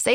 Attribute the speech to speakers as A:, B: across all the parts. A: Say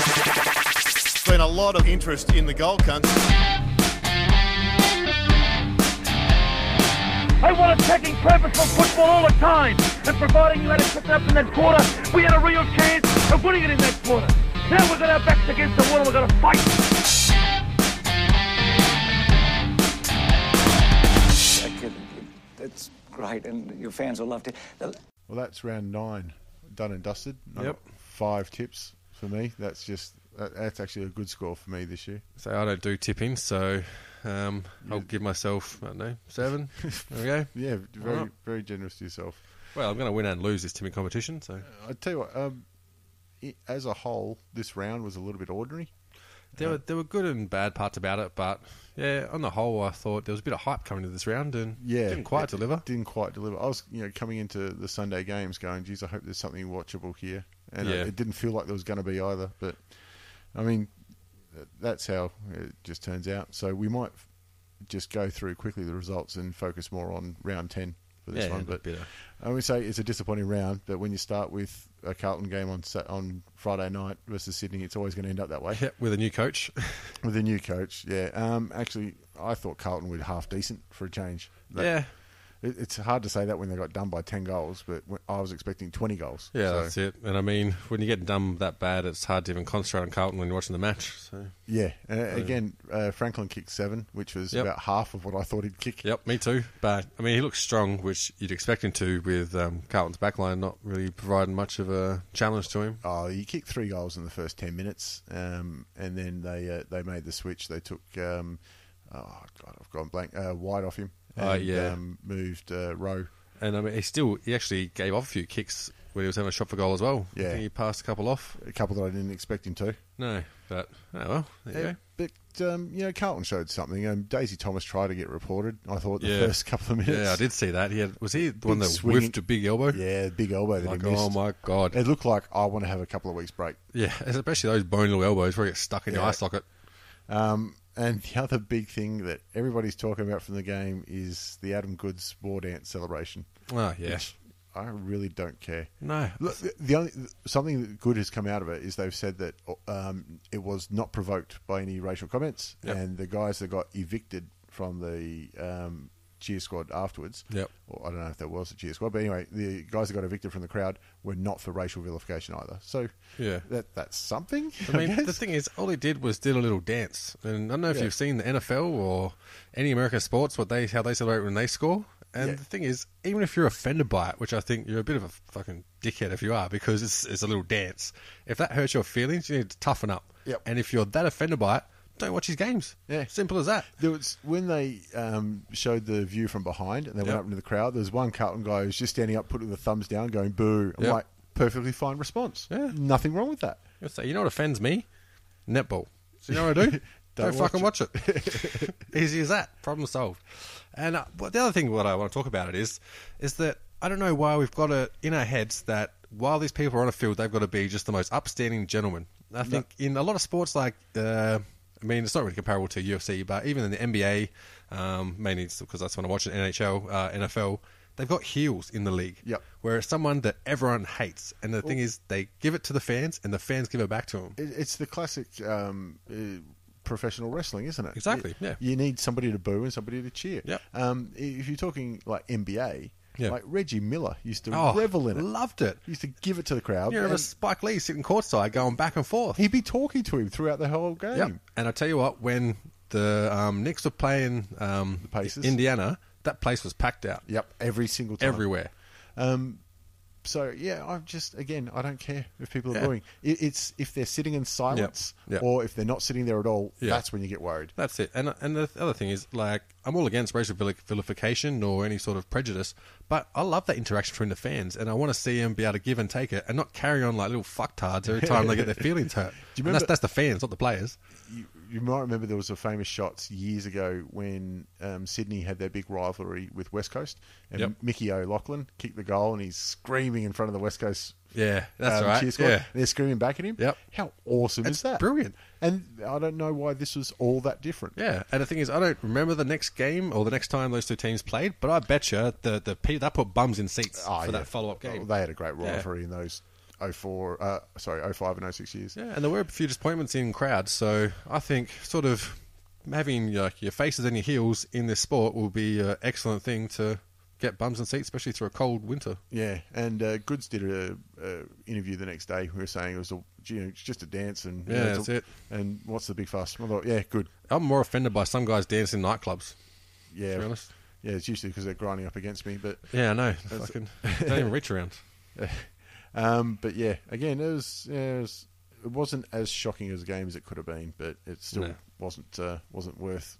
B: There's been a lot of interest in the Gold Country.
C: I want attacking purposeful football all the time. And providing you had it picked up in that quarter, we had a real chance of winning it in that quarter. Now we've got our backs against the wall and we're going to fight.
D: That's great, and your fans will love to.
E: Well, that's round nine, done and dusted. I
F: Yep.
E: got Five tips for me. That's just that, that's actually a good score for me this year.
F: So I don't do tipping, so um, I'll give myself I don't know seven. there we go.
E: Yeah, very
F: not?
E: very generous to yourself.
F: Well, I'm going to win and lose this tipping competition. So
E: I tell you what, um, i as a whole, this round was a little bit ordinary.
F: there were there were good and bad parts about it, but yeah, on the whole, I thought there was a bit of hype coming into this round, and
E: Yeah,
F: didn't quite
E: it- it
F: deliver.
E: Didn't quite deliver. I was you know coming into the Sunday games going, geez, I hope there's something watchable here, and
F: Yeah.
E: it, it didn't feel like there was going to be either. But I mean, th- that's how it just turns out. So we might f- just go through quickly the results and focus more on round ten for this
F: Yeah,
E: one.
F: a
E: But
F: bit of-
E: I would say it's a disappointing round. But when you start with a Carlton game on Sat- on Friday night versus Sydney, it's always going to end up that way
F: Yeah, with a new coach.
E: with a new coach. Yeah, um, actually, I thought Carlton would half decent for a change. That-
F: yeah,
E: it, it's hard to say that when they got done by 10 goals, but when- I was expecting 20 goals.
F: yeah,
E: So,
F: that's it. And I mean, when you get done that bad, it's hard to even concentrate on Carlton when you're watching the match. So
E: Yeah. Uh, Again, uh, Franklin kicked seven, which was
F: Yep.
E: about half of what I thought he'd kick.
F: yep, me too. But I mean, he looks strong, which you'd expect him to, with um, Carlton's backline not really providing much of a challenge to him.
E: Oh, he kicked three goals in the first 10 minutes, um, and then they uh, they made the switch. They took, um, oh, God, I've gone blank, uh, wide off him.
F: Oh,
E: and,
F: yeah.
E: Um, moved uh, Rowe.
F: And I mean, he still he actually gave off a few kicks when he was having a shot for goal as well. I
E: Yeah.
F: think he passed a couple off.
E: A couple that I didn't expect him to.
F: No, but oh well, there you
E: Uh,
F: go.
E: But, um, you know, Carlton showed something. Um, Daisy Thomas tried to get reported, I thought, the
F: Yeah.
E: first couple of minutes.
F: Yeah, I did see that. He had, was he the one
E: Big
F: that
E: swinging-
F: whiffed a big elbow?
E: Yeah, big elbow that
F: Like,
E: he missed.
F: oh my god.
E: It looked like I want to have a couple of weeks break.
F: yeah, especially those bony little elbows where you get stuck in your
E: Yeah.
F: eye socket.
E: Um, and the other big thing that everybody's talking about from the game is the Adam Goods war dance celebration.
F: Oh yeah.
E: which I really don't care.
F: No.
E: Look, the- the only something that good has come out of it is they've said that um, it was not provoked by any racial comments,
F: Yep.
E: and the guys that got evicted from the um, cheer squad afterwards.
F: Yep.
E: Or I don't know if that was the cheer squad, but anyway, the guys that got evicted from the crowd were not for racial vilification either. So
F: Yeah.
E: that that's something.
F: I mean, the
E: guess.
F: thing is, all he did was did a little dance, and I don't know if
E: Yeah.
F: you've seen the NFL or any American sports, what they how they celebrate when they score. And
E: Yeah.
F: the thing is, even if you're offended by it, which I think you're a bit of a fucking dickhead if you are, because it's it's a little dance. If that hurts your feelings, you need to toughen up.
E: Yep.
F: And if you're that offended by it, don't watch his games.
E: Yeah.
F: Simple as that.
E: There was when they um, showed the view from behind and they went
F: Yep.
E: up into the crowd. There was one Carlton guy who was just standing up, putting the thumbs down, going "boo." I'm
F: Yep.
E: like, perfectly fine response.
F: Yeah.
E: nothing wrong with that.
F: You'll say, you know what offends me? Netball. So you know what I do?
E: Don't
F: Don't, fucking
E: watch
F: watch it. Easy as that. Problem solved. And uh, but the other thing what I want to talk about it is, is that I don't know why we've got it in our heads that while these people are on a field, they've got to be just the most upstanding gentlemen. I think in a lot of sports like, uh, I mean, it's not really comparable to UFC, but even in the NBA, um, mainly because that's when I watch it, NHL, uh, NFL, they've got heels in the league
E: Yep.
F: where it's someone that everyone hates. And the thing is, they give it to the fans, and the fans give it back to them.
E: It, it's the classic um, uh, professional wrestling, isn't it?
F: Exactly,
E: You-
F: yeah.
E: you need somebody to boo and somebody to cheer.
F: Yep.
E: Um, if you're talking like NBA,
F: Yeah.
E: Like Reggie Miller used to
F: Oh,
E: revel in it.
F: Loved it.
E: He used to give it to the crowd.
F: You remember
E: and
F: Spike Lee sitting courtside going back and forth.
E: he'd be talking to him throughout the whole game.
F: Yep. And I tell you what, when the um, Knicks were playing um, the
E: Pacers.
F: Indiana, that place was packed out
E: Yep, every single time.
F: everywhere.
E: So yeah, I'm just again, I don't care if people are
F: Yeah.
E: booing. It, it's if they're sitting in silence
F: Yep.
E: or if they're not sitting there at all.
F: Yeah.
E: That's when you get worried.
F: That's it. And and the other thing is, like, I'm all against racial vil- vilification or any sort of prejudice, but I love that interaction between the fans, and I want to see them be able to give and take it, and not carry on like little fucktards every time they get their feelings
E: you
F: hurt. And that's
E: remember-
F: that's the fans, not the players.
E: you, you might remember there was a famous shots years ago when um, Sydney had their big rivalry with West Coast, and
F: Yep.
E: Mickey O'Loughlin kicked the goal, and he's screaming in front of the West Coast.
F: Yeah, that's
E: um,
F: right.
E: cheer squad,
F: Yeah.
E: and they're screaming back at him.
F: Yep.
E: How awesome
F: It's
E: is that?
F: brilliant.
E: And I don't know why this was all that different.
F: Yeah, and the thing is, I don't remember the next game or the next time those two teams played, but I bet you the the pe- that put bums in seats
E: Ah,
F: for
E: yeah.
F: that follow up game.
E: Oh, they had a great
F: Yeah.
E: rivalry in those 04, uh, sorry, 05 and 06 years.
F: Yeah, and there were a few disappointments in crowds, so I think sort of having uh, your faces and your heels in this sport will be an excellent thing to get bums and seats, especially through a cold winter.
E: Yeah, and uh, Goods did a, a interview the next day. We were saying it was a, you know, it's just a dance, and you
F: Yeah,
E: know, it's
F: that's
E: a-
F: it.
E: And what's the big fuss? I thought, yeah, good.
F: I'm more offended by some guys dancing in nightclubs.
E: Yeah,
F: To be honest.
E: yeah, it's usually because they're grinding up against me. But
F: Yeah, I know. Fucking don't even reach around.
E: um, but yeah, again, it was, yeah, it was it wasn't as shocking as a game as it could have been, but it still
F: No.
E: wasn't uh, wasn't worth.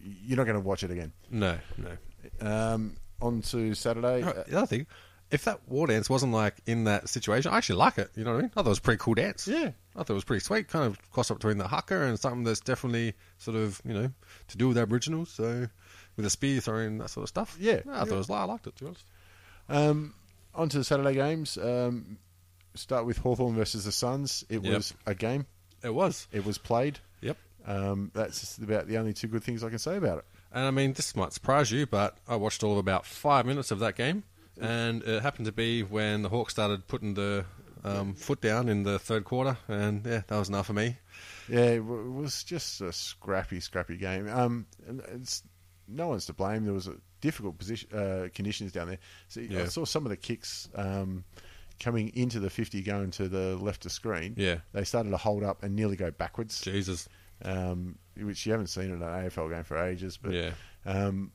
E: You're not going to watch it again.
F: No, no.
E: Um, on to Saturday.
F: You know,
E: Uh,
F: the other thing, if that war dance wasn't like in that situation, I actually like it. You know what I mean? I thought it was a pretty cool dance.
E: Yeah.
F: I thought it was pretty sweet. Kind of cross up between the haka and something that's definitely sort of you know to do with Aboriginals. So with a spear thrown, that sort of stuff.
E: Yeah.
F: No, I thought it was. I liked it to be honest.
E: Um, on to the Saturday games. Um, start with Hawthorn versus the Suns. It
F: Yep.
E: was a game.
F: It was.
E: It was played.
F: Yep.
E: Um, that's just about the only two good things I can say about it.
F: And I mean, this might surprise you, but I watched all of about five minutes of that game, and it happened to be when the Hawks started putting the um, foot down in the third quarter, and yeah, that was enough for me.
E: Yeah, it w- it was just a scrappy, scrappy game. Um, and it's, no one's to blame. There was a difficult position uh, conditions down there. See, I
F: Yeah.
E: saw some of the kicks um, coming into the fifty, going to the left of screen.
F: Yeah.
E: they started to hold up and nearly go backwards,
F: Jesus.
E: um, which you haven't seen in an AFL game for ages. But
F: Yeah.
E: um,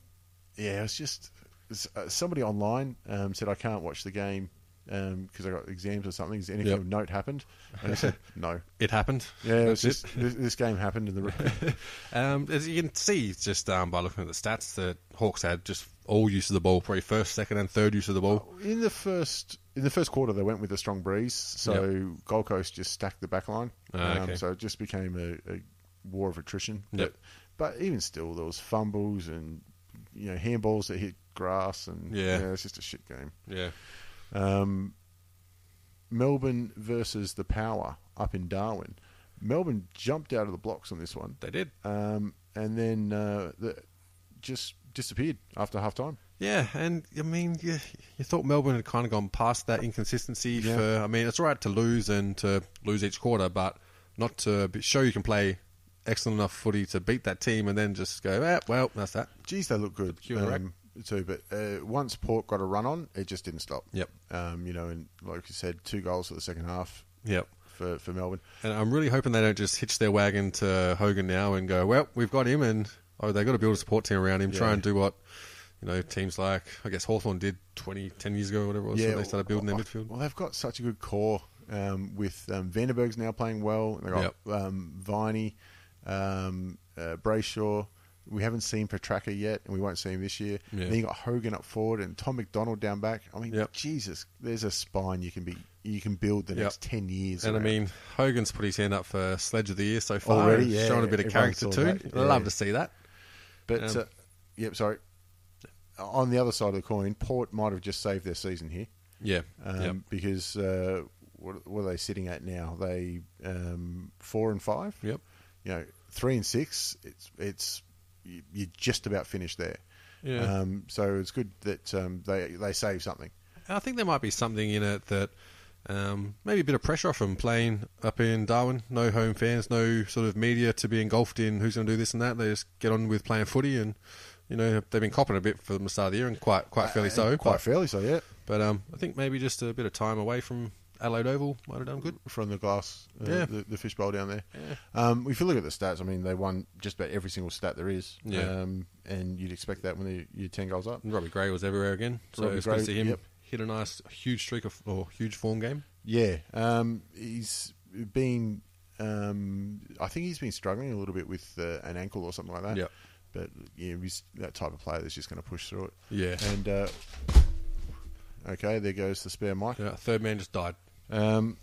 E: yeah, it was just s- uh, somebody online um, said I can't watch the game because I got exams or something. Has anything
F: Yep.
E: of note happened? And I said no.
F: It happened.
E: Yeah, it was
F: That's
E: just this, this game happened in the
F: Um, as you can see, just um, by looking at the stats, the Hawks had just all use of the ball, probably first, second, and third use of the ball.
E: in the first in the first quarter. They went with a strong breeze, so Gold Coast just stacked the back line. Um,
F: Ah, okay.
E: so it just became a, a war of attrition.
F: Yep.
E: But, but even still, there was fumbles and you know handballs that hit grass, and
F: Yeah.
E: it's just a shit game.
F: Yeah,
E: Um, Melbourne versus the Power up in Darwin. Melbourne jumped out of the blocks on this one,
F: they did.
E: um, and then uh, the, just disappeared after half time.
F: Yeah, and I mean, you, you thought Melbourne had kind of gone past that inconsistency.
E: Yeah.
F: For I mean, it's all right to lose and to lose each quarter, but not to be- show you can play excellent enough footy to beat that team, and then just go, eh, well, that's that.
E: Geez, they look good Um,
F: Cuban rack.
E: too. But uh, once Port got a run on, it just didn't stop.
F: Yep.
E: Um, you know, and like you said, two goals for the second half
F: Yep.
E: for for Melbourne.
F: And I'm really hoping they don't just hitch their wagon to Hogan now and go, well, we've got him, and oh, they've got to build a support team around him, try
E: Yeah.
F: and do what you know teams like I guess Hawthorn did 20, 10 years ago, whatever it was. when they started building their
E: well,
F: midfield.
E: Well, they've got such a good core um, with um, Vanderberg's now playing well. They got
F: Yep.
E: um, Viney, um, uh, Brayshaw. We haven't seen Petraka yet, and we won't see him this year.
F: Yeah.
E: Then you got Hogan up forward and Tom McDonald down back. I mean,
F: Yep.
E: Jesus, there's a spine you can be you can build the
F: Yep.
E: next ten years.
F: and I
E: around.
F: mean, Hogan's put his hand up for Sledge of the Year so far.
E: Already,
F: and
E: yeah,
F: showing a bit of
E: everyone
F: character
E: saw
F: too.
E: that, yeah.
F: Love to see that.
E: But
F: Um,
E: uh, yep, sorry. On the other side of the coin, Port might have just saved their season here
F: Yeah,
E: um,
F: yep.
E: because uh, what, what are they sitting at now? They um, four and five.
F: Yep.
E: You know, three and six. It's it's you- you're just about finished there.
F: Yeah.
E: Um, so it's good that um, they they save something.
F: And I think there might be something in it that um, maybe a bit of pressure off him playing up in Darwin. No home fans, no sort of media to be engulfed in who's going to do this and that. They just get on with playing footy and you know, they've been copping a bit from the start of the year and quite quite fairly so.
E: Uh, Quite
F: but,
E: fairly so, yeah.
F: But um, I think maybe just a bit of time away from Adelaide Oval might have done good.
E: From the glass, uh,
F: Yeah.
E: the, the fishbowl down there. Um, if you look at the stats, I mean, they won just about every single stat there is.
F: Yeah.
E: Um, and you'd expect that when they, you're 10 goals up.
F: And Robbie Gray was everywhere again, so
E: Robbie
F: it's good
E: Gray,
F: to see him
E: yep.
F: hit a nice huge streak of or huge form game.
E: Yeah, um, he's been. Um, I think he's been struggling a little bit with uh, an ankle or something like that.
F: Yep.
E: But yeah, he's that type of player that's just going to push through it.
F: Yeah.
E: And uh, okay, there goes the spare mic.
F: Yeah, Uh, third man just died.
E: Um,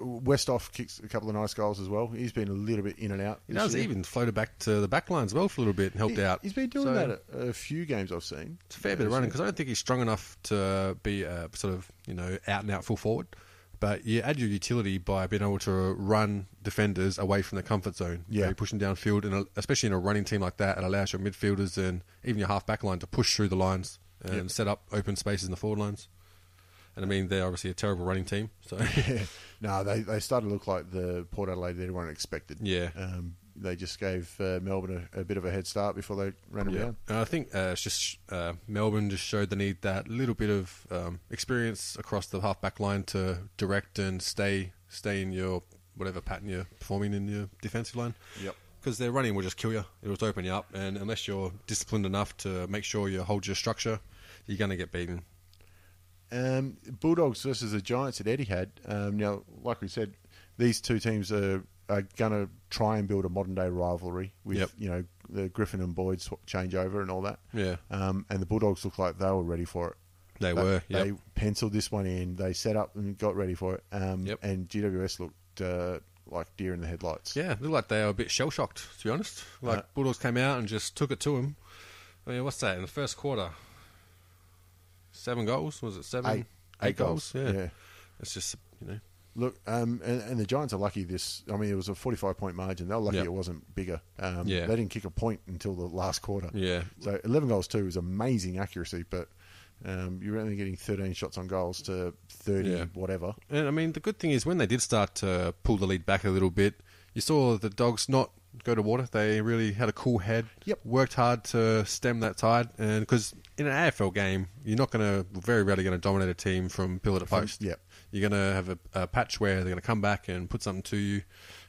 E: Westoff kicks a couple of nice goals as well. He's been a little bit in and out.
F: He
E: this
F: does
E: year.
F: even floated back to the back line as well for a little bit and helped
E: He-
F: out.
E: He's been doing
F: So-
E: that at a few games I've seen.
F: It's a fair bit of running because I don't think he's strong enough to be a sort of you know out and out full forward. But you add your utility by being able to run defenders away from the comfort zone.
E: Yeah.
F: you pushing downfield, and uh, especially in a running team like that, it allows your midfielders and even your half back line to push through the lines and
E: Yep.
F: set up open spaces in the forward lines. And I mean, they're obviously a terrible running team. So
E: no, they they started to look like the Port Adelaide that everyone expected.
F: Yeah.
E: Um, they just gave uh, Melbourne a, a bit of a head start before they ran them down.
F: And I think uh, it's just uh, Melbourne just showed the need that little bit of um, experience across the half back line to direct and stay stay in your whatever pattern you're performing in your defensive line.
E: Yep.
F: Because their running will just kill you. It'll just open you up, and unless you're disciplined enough to make sure you hold your structure, you're going to get beaten.
E: Um, Bulldogs versus the Giants at Etihad. Um, now, like we said, these two teams are, are going to try and build a modern day rivalry with
F: Yep.
E: you know the Griffin and Boyd swap changeover and all that.
F: Yeah.
E: Um, and the Bulldogs look like they were ready for it.
F: They were, yep.
E: They penciled this one in. They set up and got ready for it. Um,
F: Yep.
E: And GWS looked uh, like deer in the headlights.
F: Yeah, looked like they were a bit shell shocked, to be honest. Like
E: Uh,
F: Bulldogs came out and just took it to them. I mean, what's that in the first quarter? Seven goals was it? Seven,
E: Eight. Eight goals,
F: Yeah.
E: yeah.
F: it's just you know.
E: Look, um, and, and the Giants are lucky. This, I mean, it was a forty-five point margin. They were lucky
F: Yep.
E: it wasn't bigger. Um,
F: Yeah.
E: they didn't kick a point until the last quarter.
F: Yeah.
E: so eleven goals too is amazing accuracy, but um, you're only getting thirteen shots on goals to thirty
F: Yeah.
E: whatever.
F: And I mean, the good thing is when they did start to pull the lead back a little bit, you saw the dogs not go to water. They really had a cool head.
E: Yep.
F: Worked hard to stem that tide, and because in an AFL game, you're not going to very rarely going to dominate a team from pillar to post.
E: yep.
F: You're going to have a, a patch where they're going to come back and put something to you,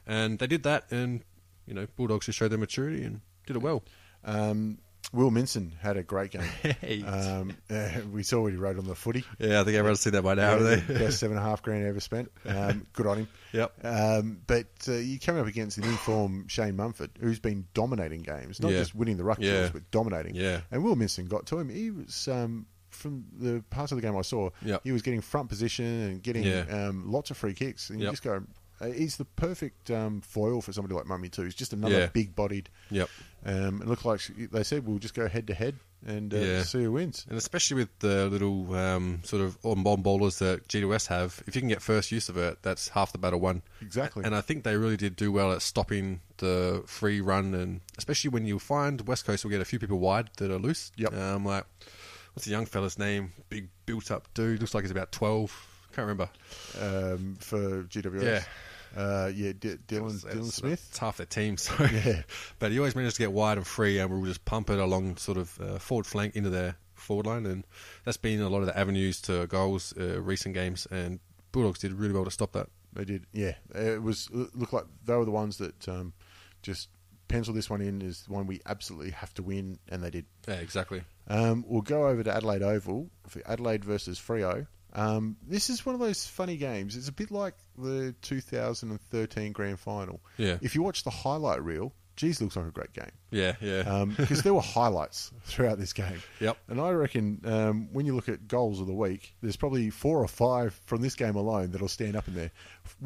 F: and they did that. And you know, Bulldogs just showed their maturity and did it well.
E: Um, Will Minson had a great game.
F: Hey.
E: um, uh, we saw what he wrote on the footy.
F: Yeah, I think everyone's seen that by now.
E: Yeah,
F: haven't
E: the best seven and a half grand ever spent. Um, good on him.
F: Yep.
E: Um, but uh, you come up against an inform Shane Mumford, who's been dominating games, not
F: Yeah.
E: just winning the ruck
F: Yeah.
E: deals, but dominating.
F: Yeah.
E: And Will Minson got to him. He was um, from the parts of the game I saw.
F: Yep.
E: He was getting front position and getting
F: Yeah.
E: um, lots of free kicks. And
F: Yep.
E: you just go, uh, he's the perfect um, foil for somebody like Mummy too. He's just another
F: Yeah.
E: big-bodied.
F: Yep.
E: Um, it looked like she- they said we'll just go head to head and uh,
F: Yeah.
E: see who wins.
F: And especially with the little um, sort of on bomb bowlers that GWS have, if you can get first use of it, that's half the battle won.
E: Exactly.
F: And I think they really did do well at stopping the free run, and especially when you find West Coast will get a few people wide that are loose.
E: Yep.
F: Um, like, what's the young fella's name? Big built up dude. Looks like he's about 12. Can't remember.
E: um, for GWS. Yeah, uh, yeah, D- Dylan
F: It's-
E: Dylan
F: it's-
E: Smith.
F: It's half their team, so. but he always managed to get wide and free, and we'll just pump it along sort of uh, forward flank into their forward line, and that's been a lot of the avenues to goals uh, recent games, and Bulldogs did really well to stop that.
E: They did. Yeah, it was looked like they were the ones that um, just pencil this one in as the one we absolutely have to win, and they did.
F: Yeah, exactly.
E: Um, we'll go over to Adelaide Oval for Adelaide versus Frio. Um, this is one of those funny games. It's a bit like the 2013 Grand Final.
F: Yeah.
E: If you watch the highlight reel, geez, looks like a great game.
F: Yeah, yeah.
E: Um, because there were highlights throughout this game.
F: Yep.
E: And I reckon um, when you look at goals of the week, there's probably four or five from this game alone that'll stand up in there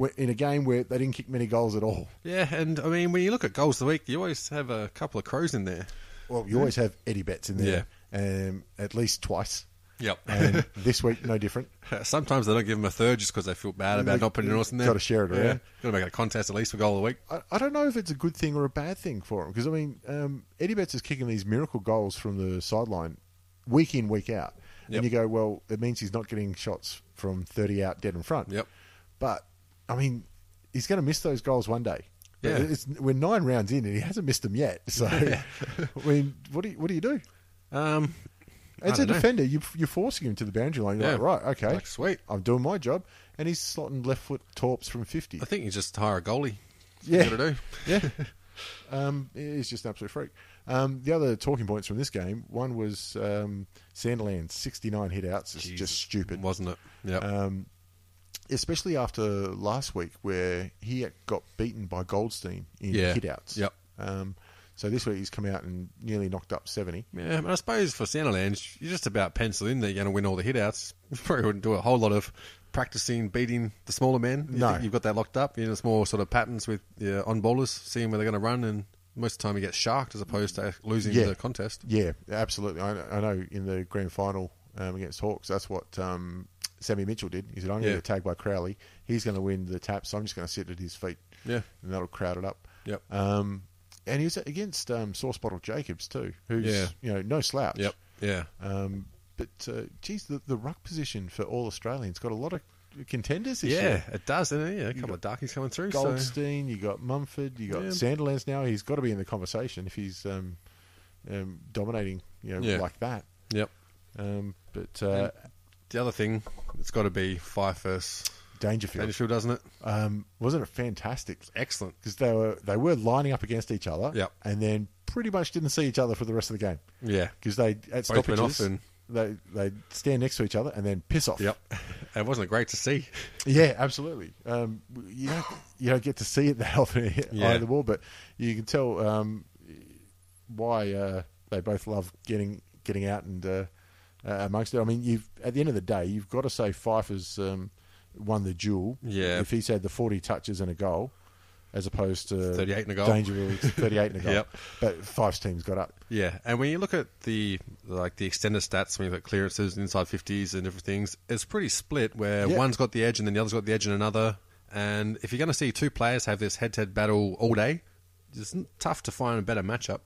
E: Wh- in a game where they didn't kick many goals at all.
F: yeah, and I mean, when you look at goals of the week, you always have a couple of crows in there.
E: Well,
F: Hmm.
E: you always have Eddie Betts in there, um, at least twice.
F: Yep.
E: And this week, no different.
F: Sometimes they don't give them a third just because they feel bad about
E: They-
F: not putting it else in there.
E: gotta share it Uh,
F: Yeah.
E: around.
F: Got to make it a contest at least for goal of the week.
E: I, I don't know if it's a good thing or a bad thing for him because I mean, um, Eddie Betts is kicking these miracle goals from the sideline, week in, week out, and
F: Yep.
E: you go, well, it means he's not getting shots from thirty out dead in front.
F: Yep.
E: But I mean, he's going to miss those goals one day. But
F: Yeah.
E: it's, we're nine rounds in, and he hasn't missed them yet. So, I mean, what do you, what do you do?
F: Um, I
E: As a
F: don't know.
E: defender, you, you're forcing him to the boundary line. You're
F: Yeah.
E: like, right, okay,
F: Like, sweet.
E: I'm doing my job, and he's slotting left foot torps from fifty.
F: I think you just hire a goalie. That's what
E: Yeah.
F: You gotta do.
E: yeah. Um, he's just an absolute freak. Um, the other talking points from this game, one was um, Sanderland, 69 hit outs. It's
F: Jeez,
E: just stupid.
F: wasn't it? Yeah.
E: Especially after last week where he got beaten by Goldstein in
F: Yeah.
E: hit outs.
F: Yep.
E: Um, so this week he's come out and nearly knocked up 70.
F: yeah, and I suppose for Sandilands, you're just about pencil in that you're going to win all the hitouts. You probably wouldn't do a whole lot of practicing beating the smaller men. You
E: No.
F: think you've got that locked up. You know, it's more sort of patterns with yeah, on bowlers, seeing where they're going to run, and most of the time you get sharked as opposed to losing
E: Yeah.
F: the contest.
E: Yeah, absolutely. I, I know in the grand final um, against Hawks, that's what um, Sammy Mitchell did. He said, I'm going to
F: Yeah.
E: get tagged by Crowley. He's going to win the tap, so I'm just going to sit at his feet.
F: Yeah.
E: And that'll crowd it up.
F: Yep.
E: Um, and he was against um, Sauce Bottle Jacobs, too, who's,
F: Yeah.
E: you know, no slouch.
F: Yep. Yeah.
E: Um, but, uh, geez, the, the ruck position for all Australians got a lot of contenders this
F: Yeah,
E: year.
F: it does. And yeah, a couple of darkies coming through. so.
E: Goldstein, you got Mumford, you got
F: Yeah.
E: Sanderlands now. He's got to be in the conversation if he's um, um, dominating, you know,
F: Yeah.
E: like that.
F: Yep.
E: Um, but uh,
F: The other thing, it's got to be five first.
E: Dangerfield,
F: Dangerfield, doesn't it?
E: Um, wasn't it fantastic?
F: Uh, Excellent.
E: Because they were they were lining up against each other,
F: Yep.
E: and then pretty much didn't see each other for the rest of the game.
F: Yeah.
E: because they at
F: Both went
E: stoppages
F: off and-
E: they they stand next to each other and then piss off.
F: Yep. It wasn't great to see.
E: Yeah, absolutely. Um, you don't you don't get to see it that often
F: Yeah.
E: either, wall, but you can tell um, why uh, they both love getting getting out and uh, uh, amongst it. I mean, you've at the end of the day, you've got to say Pfeiffer's um, won the duel.
F: Yeah.
E: if he's had the forty touches and a goal, as opposed to
F: 38 and a goal.
E: Dangerfield's thirty-eight and a goal.
F: Yep.
E: But Fife's team's got up.
F: Yeah, and when you look at the like the extended stats, when you look at clearances and inside fifties and different things, it's pretty split where
E: Yeah.
F: one's got the edge and then the other's got the edge in another. And if you're going to see two players have this head-to-head battle all day, it's n- tough to find a better matchup.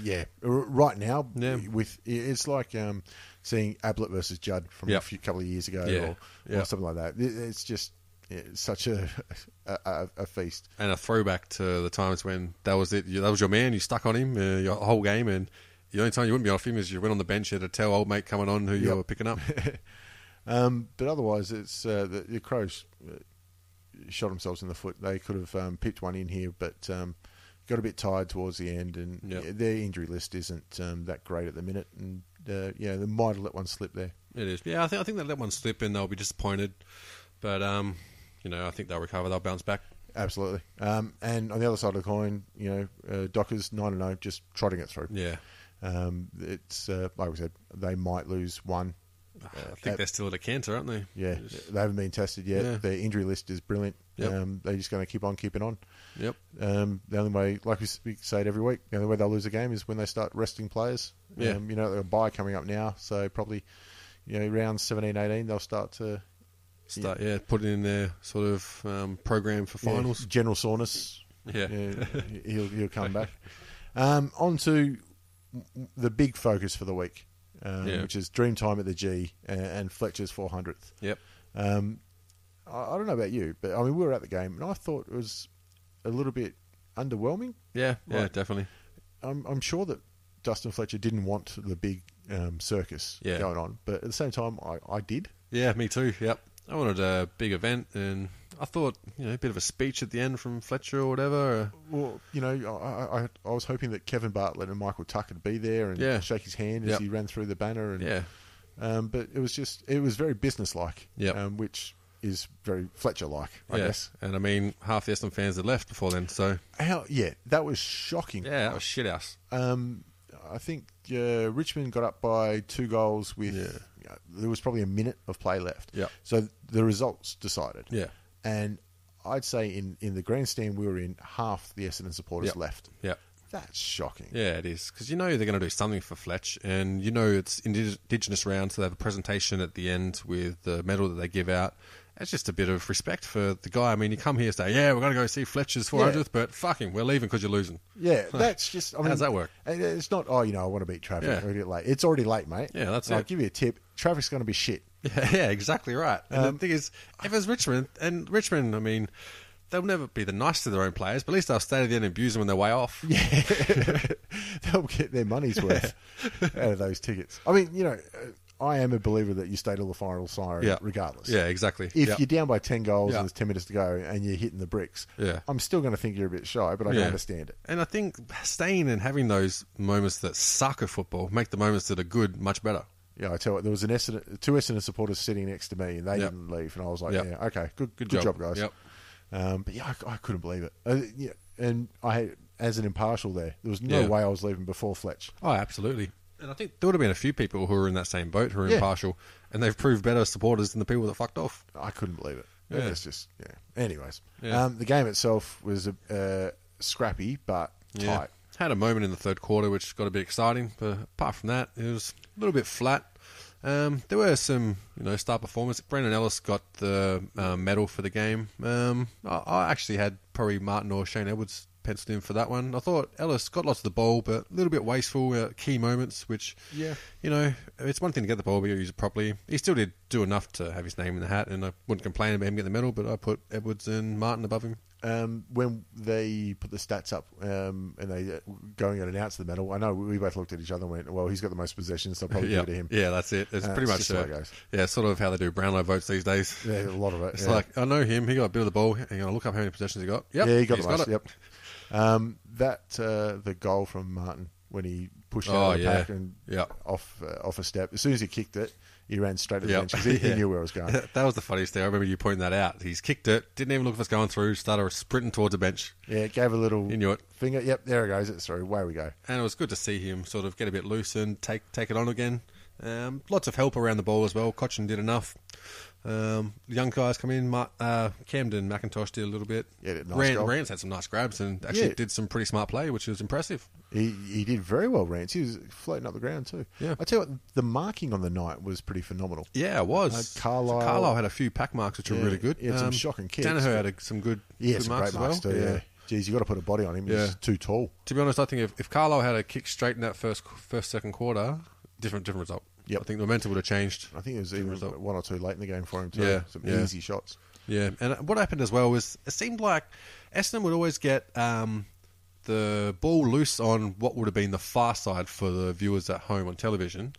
E: Yeah, R- right now
F: Yeah.
E: with it's like um, seeing Ablett versus Judd from
F: Yep.
E: a few couple of years ago,
F: Yeah.
E: or,
F: Yeah.
E: or something like that. It- It's just it's such a a, a a feast.
F: And a throwback to the times when that was it. You- That was your man. You stuck on him uh, your whole game, and the only time you wouldn't be off him is you went on the bench. You had to tell old mate coming on who you
E: Yep.
F: were picking up.
E: Um, but otherwise, it's uh, the, the Crows uh, shot themselves in the foot. They could have um, pipped one in here, but um, got a bit tired towards the end, and
F: Yep.
E: their injury list isn't um, that great at the minute. And uh, yeah, they might have let one slip there.
F: It is. Yeah, I think I think they let one slip and they'll be disappointed. But um, you know, I think they'll recover. They'll bounce back.
E: Absolutely. Um, and on the other side of the coin, you know, uh, Dockers nine and zero, just trotting it through.
F: Yeah,
E: Um, it's uh, like we said, they might lose one.
F: I think they're still at a canter, aren't they?
E: Yeah, they haven't been tested yet.
F: Yeah.
E: Their injury list is brilliant.
F: Yep.
E: Um, they're just going to keep on keeping on.
F: Yep.
E: Um, the only way, like we s- we say it every week, the only way they'll lose a game is when they start resting players.
F: Yeah.
E: Um, you know, they've got a bye coming up now, so probably, you know, round 17, 18, they'll start to.
F: Start, yeah. put it in their sort of um, program for
E: yeah,
F: finals.
E: General soreness.
F: Yeah.
E: he'll, he'll come back. Um, on to the big focus for the week, um,
F: Yeah.
E: which is Dreamtime at the G and, and Fletcher's 400th.
F: Yep.
E: Um, I, I don't know about you, but I mean, we were at the game, and I thought it was a little bit underwhelming.
F: Yeah, yeah,
E: Right.
F: definitely.
E: I'm, I'm sure that Dustin Fletcher didn't want the big um, circus
F: Yeah.
E: going on, but at the same time, I, I did.
F: Yeah, me too. Yep. I wanted a big event, and I thought you know a bit of a speech at the end from Fletcher or whatever.
E: Well, you know, I, I, I was hoping that Kevin Bartlett and Michael Tucker would be there and
F: Yeah.
E: shake his hand
F: Yep.
E: as he ran through the banner. And,
F: Yeah.
E: Um, but it was just, it was very businesslike,
F: Yep.
E: um, which is very Fletcher-like, I
F: yeah.
E: guess.
F: And I mean, half the Essendon fans had left before then, so
E: How, yeah, that was shocking.
F: yeah, that was shit house.
E: Um, I think uh, Richmond got up by two goals with uh, there was probably a minute of play left.
F: Yeah.
E: So the results decided.
F: Yeah.
E: And I'd say in, in the grandstand we were in, half the Essendon supporters
F: Yeah.
E: left.
F: Yeah.
E: That's shocking.
F: Yeah, it is because you know they're going to do something for Fletch, and you know it's indi- Indigenous round, so they have a presentation at the end with the medal that they give out. It's just a bit of respect for the guy. I mean, you come here and say, "Yeah, we're going to go see Fletcher's 400th," but fucking, we're leaving because you're losing.
E: Yeah, that's just. I
F: How
E: mean,
F: does that work?
E: and It's not. Oh, you know, I want to beat traffic.
F: Yeah.
E: I'm gonna get late. It's already late, mate.
F: Yeah, that's
E: I'll
F: it.
E: give you a tip. Traffic's going to be shit. Um,
F: Yeah, yeah, exactly right. And the thing is, if it's Richmond, and Richmond, I mean, they'll never be the nice to their own players, but at least they'll stay there and abuse them on their way off. Yeah.
E: They'll get their money's worth out of those tickets. I mean, you know, uh, I am a believer that you stay till the final siren,
F: Yeah.
E: regardless.
F: Yeah, exactly.
E: If
F: Yeah.
E: you're down by ten goals
F: Yeah.
E: and there's ten minutes to go and you're hitting the bricks,
F: Yeah.
E: I'm still going to think you're a bit shy, but I can
F: Yeah.
E: understand it.
F: And I think staying and having those moments that suck at football make the moments that are good much better.
E: Yeah, I tell you, there was an Essendon, two Essendon supporters sitting next to me, and they
F: Yep.
E: didn't leave, and I was like,
F: Yep.
E: "Yeah, okay, good, good,
F: job.
E: job. guys."
F: Yep.
E: Um, but yeah, I, I couldn't believe it. Uh, yeah, and I, had, as an impartial, there, there was no
F: Yeah.
E: way I was leaving before Fletch.
F: Oh, absolutely. And I think there would have been a few people who were in that same boat who were
E: Yeah.
F: impartial, and they've proved better supporters than the people that fucked off.
E: I couldn't believe it.
F: Yeah.
E: It's just yeah. Anyways,
F: Yeah.
E: Um, the game itself was uh, scrappy but tight.
F: Yeah. Had a moment in the third quarter which got a bit exciting, but apart from that, it was a little bit flat. Um, there were some, you know, star performance. Brendan Ellis got the uh, medal for the game. Um, I, I actually had probably Martin or Shane Edwards penciled in for that one. I thought Ellis got lots of the ball, but a little bit wasteful at key moments, which,
E: Yeah.
F: you know, it's one thing to get the ball, but you use it properly. He still did do enough to have his name in the hat, and I wouldn't complain about him getting the medal, but I put Edwards and Martin above him.
E: Um, when they put the stats up um, and they uh, going and announced the medal, I know we both looked at each other and went, "Well, he's got the most possessions, so I'll probably
F: yeah,
E: give it to him."
F: yeah, that's it. It's
E: Uh, it's
F: pretty much
E: just the way
F: uh,
E: it goes.
F: yeah, sort of how they do Brownlow votes these days.
E: Yeah, a lot of it.
F: It's
E: yeah.
F: like I know him. He got a bit of the ball. Hang on, I'll look up how many possessions he got. Yep,
E: yeah, he got the
F: he's
E: most.
F: it.
E: Yep. Um, that uh, the goal from Martin when he pushed
F: Oh,
E: out of the
F: yeah.
E: pack and
F: Yep.
E: off uh, off a step. As soon as he kicked it, he ran straight to the
F: Yep.
E: bench 'cause he, he
F: Yeah.
E: knew where it was going.
F: that was the funniest thing. I remember you pointing that out. He's kicked it. Didn't even look if it's going through. Started sprinting towards the bench,
E: Yeah, it gave a little
F: He knew it.
E: finger. Yep, there it goes. It's through. Away we go.
F: and it was good to see him sort of get a bit loose and take take it on again. Um, lots of help around the ball as well. Cochin did enough. Um, the young guys come in. Mar- uh, Camden McIntosh did a little bit.
E: Yeah, did a nice
F: Rand,
E: goal.
F: Rand's had some nice grabs and actually
E: Yeah.
F: did some pretty smart play, which was impressive.
E: He he did very well, Rance. He was floating up the ground too.
F: Yeah.
E: I tell you what, the marking on the night was pretty phenomenal.
F: Yeah, it was.
E: Uh, Carlisle-
F: So Carlisle had a few pack marks which
E: Yeah,
F: were really good. Um,
E: he had some shocking kicks,
F: Danaher
E: but-
F: had a, some good,
E: Yeah,
F: good
E: some
F: marks
E: great marks
F: as well.
E: too. Yeah. Geez, you got to put a body on him.
F: Yeah.
E: He's too tall.
F: To be honest, I think if, if Carlisle had a kick straight in that first first second quarter, different different result.
E: Yep.
F: I think the momentum would have changed.
E: I think it was even
F: result.
E: one or two late in the game for him too.
F: Yeah,
E: Some
F: yeah.
E: easy shots.
F: Yeah, and uh, what happened as well was it seemed like Essendon would always get um, the ball loose on what would have been the far side for the viewers at home on television.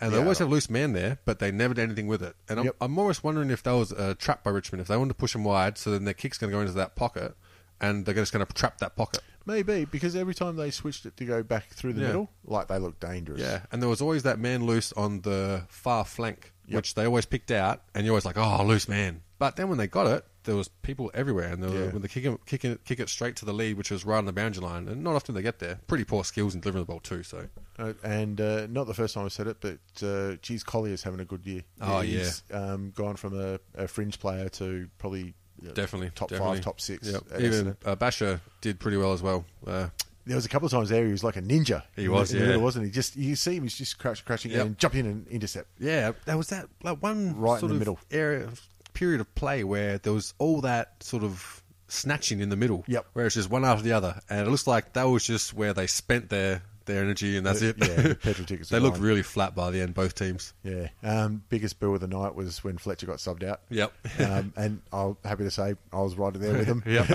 F: And they
E: Yeah.
F: always have loose man there, but they never did anything with it. And I'm,
E: Yep.
F: I'm almost wondering if that was a trap by Richmond, if they wanted to push him wide, so then their kick's going to go into that pocket, and they're just going to trap that pocket.
E: Maybe because every time they switched it to go back through the
F: Yeah.
E: middle, like they looked dangerous.
F: Yeah, and there was always that man loose on the far flank, which they always picked out, and you're always like, oh, loose man. But then when they got it, there was people everywhere, and they were,
E: Yeah.
F: when they kick, him, kick, it, kick it straight to the lead, which was right on the boundary line, and not often they get there. Pretty poor skills in delivering the ball too. So
E: Uh, and uh, not the first time I said it, but uh, geez, Collier's having a good year.
F: Oh,
E: he's, um, gone from a, a fringe player to probably you know,
F: definitely
E: top
F: definitely.
E: five, top six.
F: Yep.
E: at
F: Even
E: Essendon.
F: uh, Basher did pretty well as well. Uh,
E: there was a couple of times there he was like a ninja.
F: He
E: in
F: was,
E: the, in the middle,
F: yeah.
E: wasn't he? Just you see him, he's just crash, crashing
F: Yep.
E: in and jumping in and intercept.
F: Yeah, there was that like one
E: Right in
F: sort
E: the
F: of
E: middle.
F: area period of play where there was all that sort of snatching in the middle.
E: Yep.
F: Where it's just one after the other, and it looks like that was just where they spent their their energy, and that's it.
E: Yeah, the petrol tickets
F: they
E: are
F: looked
E: gone.
F: really flat by the end, both teams.
E: Yeah. Um, biggest boo of the night was when Fletcher got subbed out.
F: Yep.
E: um, and I'm happy to say I was right there with him.
F: Yep.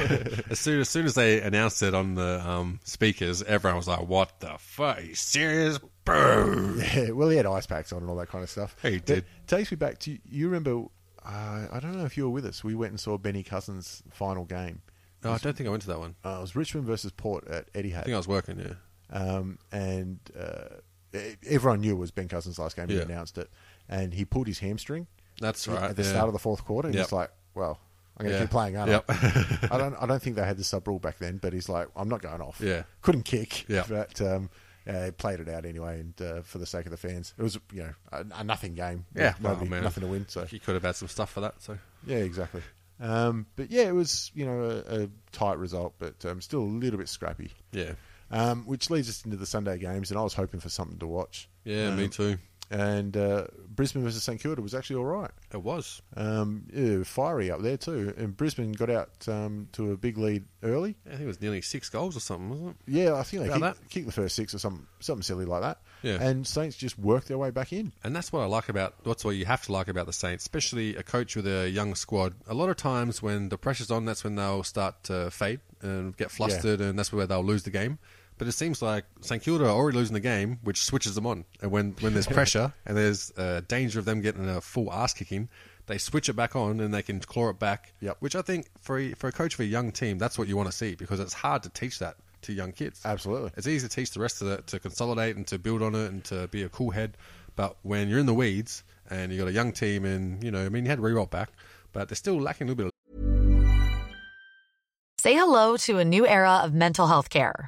F: as soon as soon as they announced it on the um, speakers, everyone was like, "What the fuck? Are you serious, bro?"
E: Yeah, well, he had ice packs on and all that kind of stuff.
F: He
E: But
F: did.
E: Takes me back to you remember? Uh, I don't know if you were with us. We went and saw Benny Cousins' final game.
F: No, I don't think I went to that one.
E: Uh, it was Richmond versus Port at
F: I think I
E: Etihad,
F: was working. Yeah.
E: um, and uh, e- everyone knew it was Ben Cousins' last game. He
F: Yeah.
E: announced it, and he pulled his hamstring.
F: That's right,
E: at the
F: yeah.
E: start of the fourth quarter. He's
F: Yep.
E: like, "Well, I'm going to
F: Yeah.
E: keep playing, aren't I?"
F: Yep.
E: I don't. I don't think they had the sub rule back then, but he's like, "I'm not going off."
F: Yeah.
E: couldn't kick.
F: Yeah.
E: but um, uh, played it out anyway, and uh, for the sake of the fans, it was you know a, a nothing game. Nobody-
F: Well, Oh, man,
E: nothing to win. So
F: he could have had some stuff for that. So
E: yeah, exactly. Um, but yeah, it was you know a, a tight result, but um, still a little bit scrappy.
F: yeah,
E: Um, which leads us into the Sunday games, and I was hoping for something to watch.
F: yeah,
E: Um,
F: me too.
E: and uh, Brisbane versus St Kilda was actually all right.
F: It was.
E: Um, yeah, fiery up there too, and Brisbane got out um, to a big lead early.
F: I think it was nearly six goals or something, wasn't it?
E: Yeah, I think they
F: About
E: kicked, kicked the first six or something, something silly like that.
F: Yeah.
E: and Saints just worked their way back in.
F: And that's what I like about that's what you have to like about the Saints, especially a coach with a young squad. A lot of times when the pressure's on, that's when they'll start to fade and get flustered, and that's where they'll lose the game. But it seems like St Kilda are already losing the game, which switches them on. And when, when there's pressure and there's uh, danger of them getting a full ass kicking, they switch it back on and they can claw it back.
E: Yep.
F: Which I think for a, for a coach for a young team, that's what you want to see because it's hard to teach that to young kids.
E: Absolutely.
F: It's easy to teach the rest of it to consolidate and to build on it and to be a cool head. But when you're in the weeds and you've got a young team and, you know, I mean, you had Reroll back, but they're still lacking a little bit
A: Say hello to a new era of mental health care.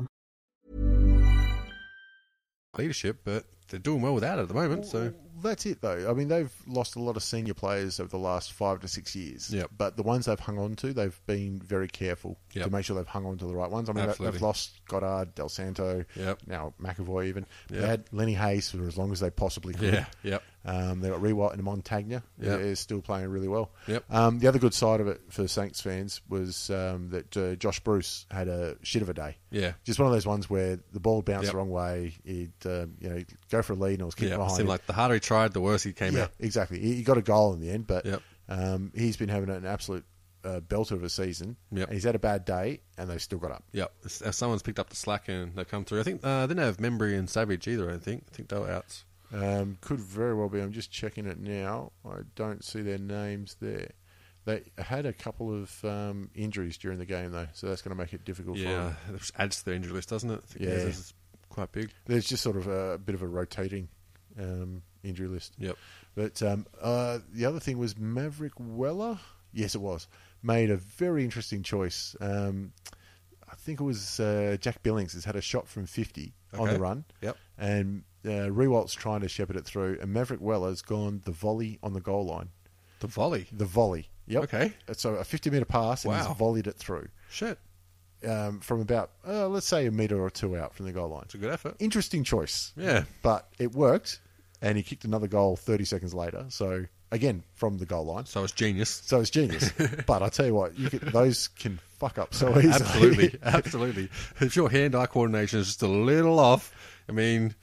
F: of leadership, but they're doing well without it at the moment. So
E: That's it, though. I mean, they've lost a lot of senior players over the last five to six years.
F: Yep.
E: But the ones they've hung on to, they've been very careful to
F: Yep.
E: make sure they've hung on to the right ones. I mean, they-
F: Absolutely.
E: they've lost Goddard, Del Santo,
F: Yep.
E: now McAvoy even.
F: Yep.
E: They had Lenny Hayes for as long as they possibly could.
F: Yeah, yep.
E: Um, they got Rewalt and Montagna.
F: Yep.
E: who is still playing really well.
F: Yep.
E: Um, the other good side of it for Saints fans was um, that uh, Josh Bruce had a shit of a day.
F: Yeah.
E: Just one of those ones where the ball bounced
F: Yep.
E: the wrong way. He'd um, you know he'd go for a lead and it was kicked
F: yeah, it
E: behind.
F: seemed
E: him.
F: like the harder he tried, the worse he came
E: Yeah,
F: out.
E: exactly. He, he got a goal in the end, but
F: Yep.
E: um, he's been having an absolute uh, belter of a season.
F: Yep.
E: And he's had a bad day, and they've still got up.
F: Yep, S- uh, someone's picked up the slack and they've come through. I think uh, they didn't have Membry and Savage either. I think I think they were out.
E: Um, could very well be. I'm just checking it now. I don't see their names there. They had a couple of um, injuries during the game, though, so that's going to make it difficult for
F: Yeah,
E: them.
F: which adds to their injury list, doesn't it? I think
E: Yeah.
F: theirs is quite big.
E: There's just sort of a, bit of a rotating um, injury list.
F: Yep.
E: But um, uh, the other thing was Maverick Weller. Yes, it was. Made a very interesting choice. Um, I think it was uh, Jack Billings has had a shot from 50 on
F: Okay.
E: the run.
F: Yep.
E: And uh, Rewalt's trying to shepherd it through, and Maverick Weller's gone the volley on the goal line.
F: The volley.
E: The volley. Yep. Uh,
F: Okay.
E: So a 50 metre pass, and
F: Wow.
E: he's volleyed it through
F: Shit,
E: um, from about, uh, let's say, a metre or two out from the goal line.
F: it's a good effort.
E: Interesting choice.
F: Yeah.
E: But it worked, and he kicked another goal 30 seconds later. So, again, from the goal line.
F: So it's genius.
E: So it's genius. but I tell you what, you could, those can fuck up so easily.
F: Absolutely, absolutely. If your hand-eye coordination is just a little off, I mean,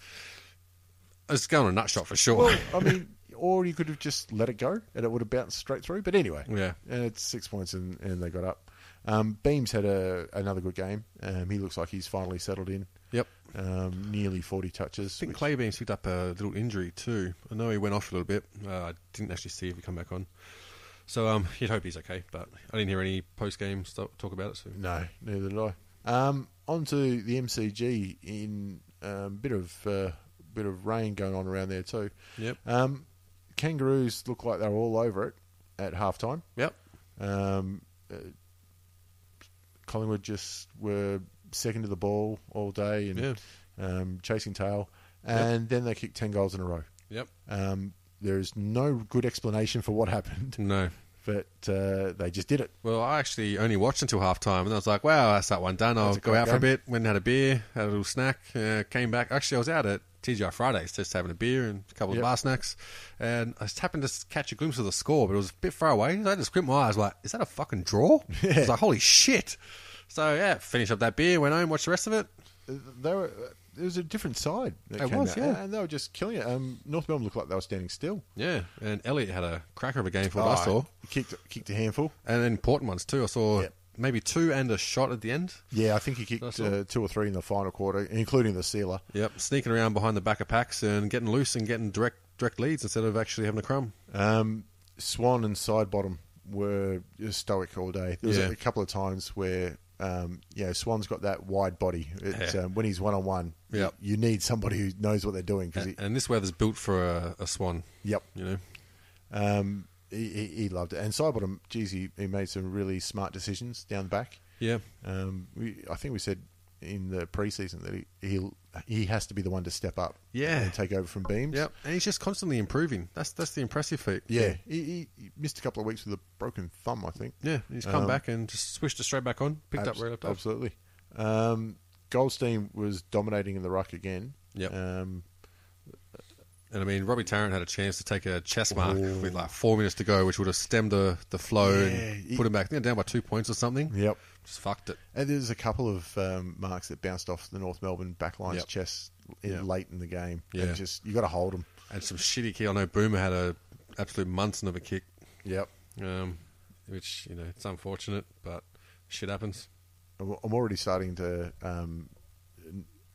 F: it's going on a nut shot for sure.
E: well, I mean, or you could have just let it go and it would have bounced straight through. But anyway,
F: Yeah.
E: and it's six points and, and they got up. Um, Beams had a, another good game. Um, he looks like he's finally settled in.
F: yep.
E: Um, nearly 40 touches.
F: I think
E: which-
F: Clay Beams picked up a little injury too. I know he went off a little bit. Uh, I didn't actually see if he come back on. So um, you'd hope he's okay, but I didn't hear any post-game stuff, talk about it. So
E: No, neither did I. Um, on to the MCG in um, bit of uh, bit of rain going on around there too.
F: Yep.
E: Um, Kangaroos look like they're all over it at halftime.
F: Yep.
E: Um, uh, Collingwood just were second to the ball all day and
F: Yeah.
E: um, chasing tail, and then they kicked ten goals in a row.
F: Yep. Mm.
E: Um, there is no good explanation for what happened.
F: No.
E: but uh, they just did it.
F: Well, I actually only watched until half time, and I was like, wow, that's that one done. I'll
E: That's a
F: go
E: quick
F: out for a
E: game.
F: bit, went and had a beer, had a little snack, uh, came back. Actually, I was out at TGI Fridays just having a beer and a couple
E: Yep.
F: of bar snacks, and I just happened to s- catch a glimpse of the score, but it was a bit far away. So I just gripped my eyes, like, is that a fucking draw? I was like, holy shit. So, yeah, finished up that beer, went home, watched the rest of it.
E: Uh, They were. uh, It was a different side. That
F: It
E: came
F: was,
E: out,
F: yeah.
E: and they were just killing it. Um, North Melbourne looked like they were standing still.
F: Yeah, and Elliot had a cracker of a game for what I saw,
E: kicked kicked a handful.
F: and then important ones too. I saw
E: Yep.
F: maybe two and a shot at the end.
E: Yeah, I think he kicked
F: That's all.
E: uh, two or three in the final quarter, including the sealer.
F: Yep, sneaking around behind the back of packs and getting loose and getting direct direct leads instead of actually having a crumb.
E: Um, Swan and Side Bottom were just stoic all day. There was
F: Yeah.
E: a, couple of times where, um, you know, Swan's got that wide body. It's,
F: Yeah.
E: um, when he's one on one,
F: Yep.
E: you need somebody who knows what they're doing because,
F: And, and this weather's built for a, a swan.
E: yep,
F: You know,
E: um, he, he he loved it. And Side Bottom, geez, he, he made some really smart decisions down the back.
F: yeah,
E: Um, we, I think we said in the preseason that he he'll, he has to be the one to step up,
F: Yeah.
E: and take over from Beams.
F: yep. And he's just constantly improving. That's that's the impressive feat.
E: Yeah, he, he- he missed a couple of weeks with a broken thumb, I think.
F: yeah. He's come
E: Um,
F: back and just switched it straight back on, picked up
E: Abs-
F: right up. top.
E: Absolutely. Um, Goldstein was dominating in the ruck again.
F: Yep.
E: Um,
F: And I mean, Robbie Tarrant had a chance to take a chest mark
E: Ooh.
F: with like four minutes to go, which would have stemmed the, the flow
E: Yeah,
F: and
E: he-
F: put him back you know, down by two points or something.
E: yep.
F: Just fucked it.
E: And there's a couple of um, marks that bounced off the North Melbourne backline's
F: Yep.
E: chest in,
F: Yep.
E: late in the game.
F: Yeah.
E: And just you got to hold them.
F: And some shitty kick. I know Boomer had a absolute Munson of a kick.
E: Yep.
F: um, which you know it's unfortunate, but shit happens.
E: I'm I'm already starting to um,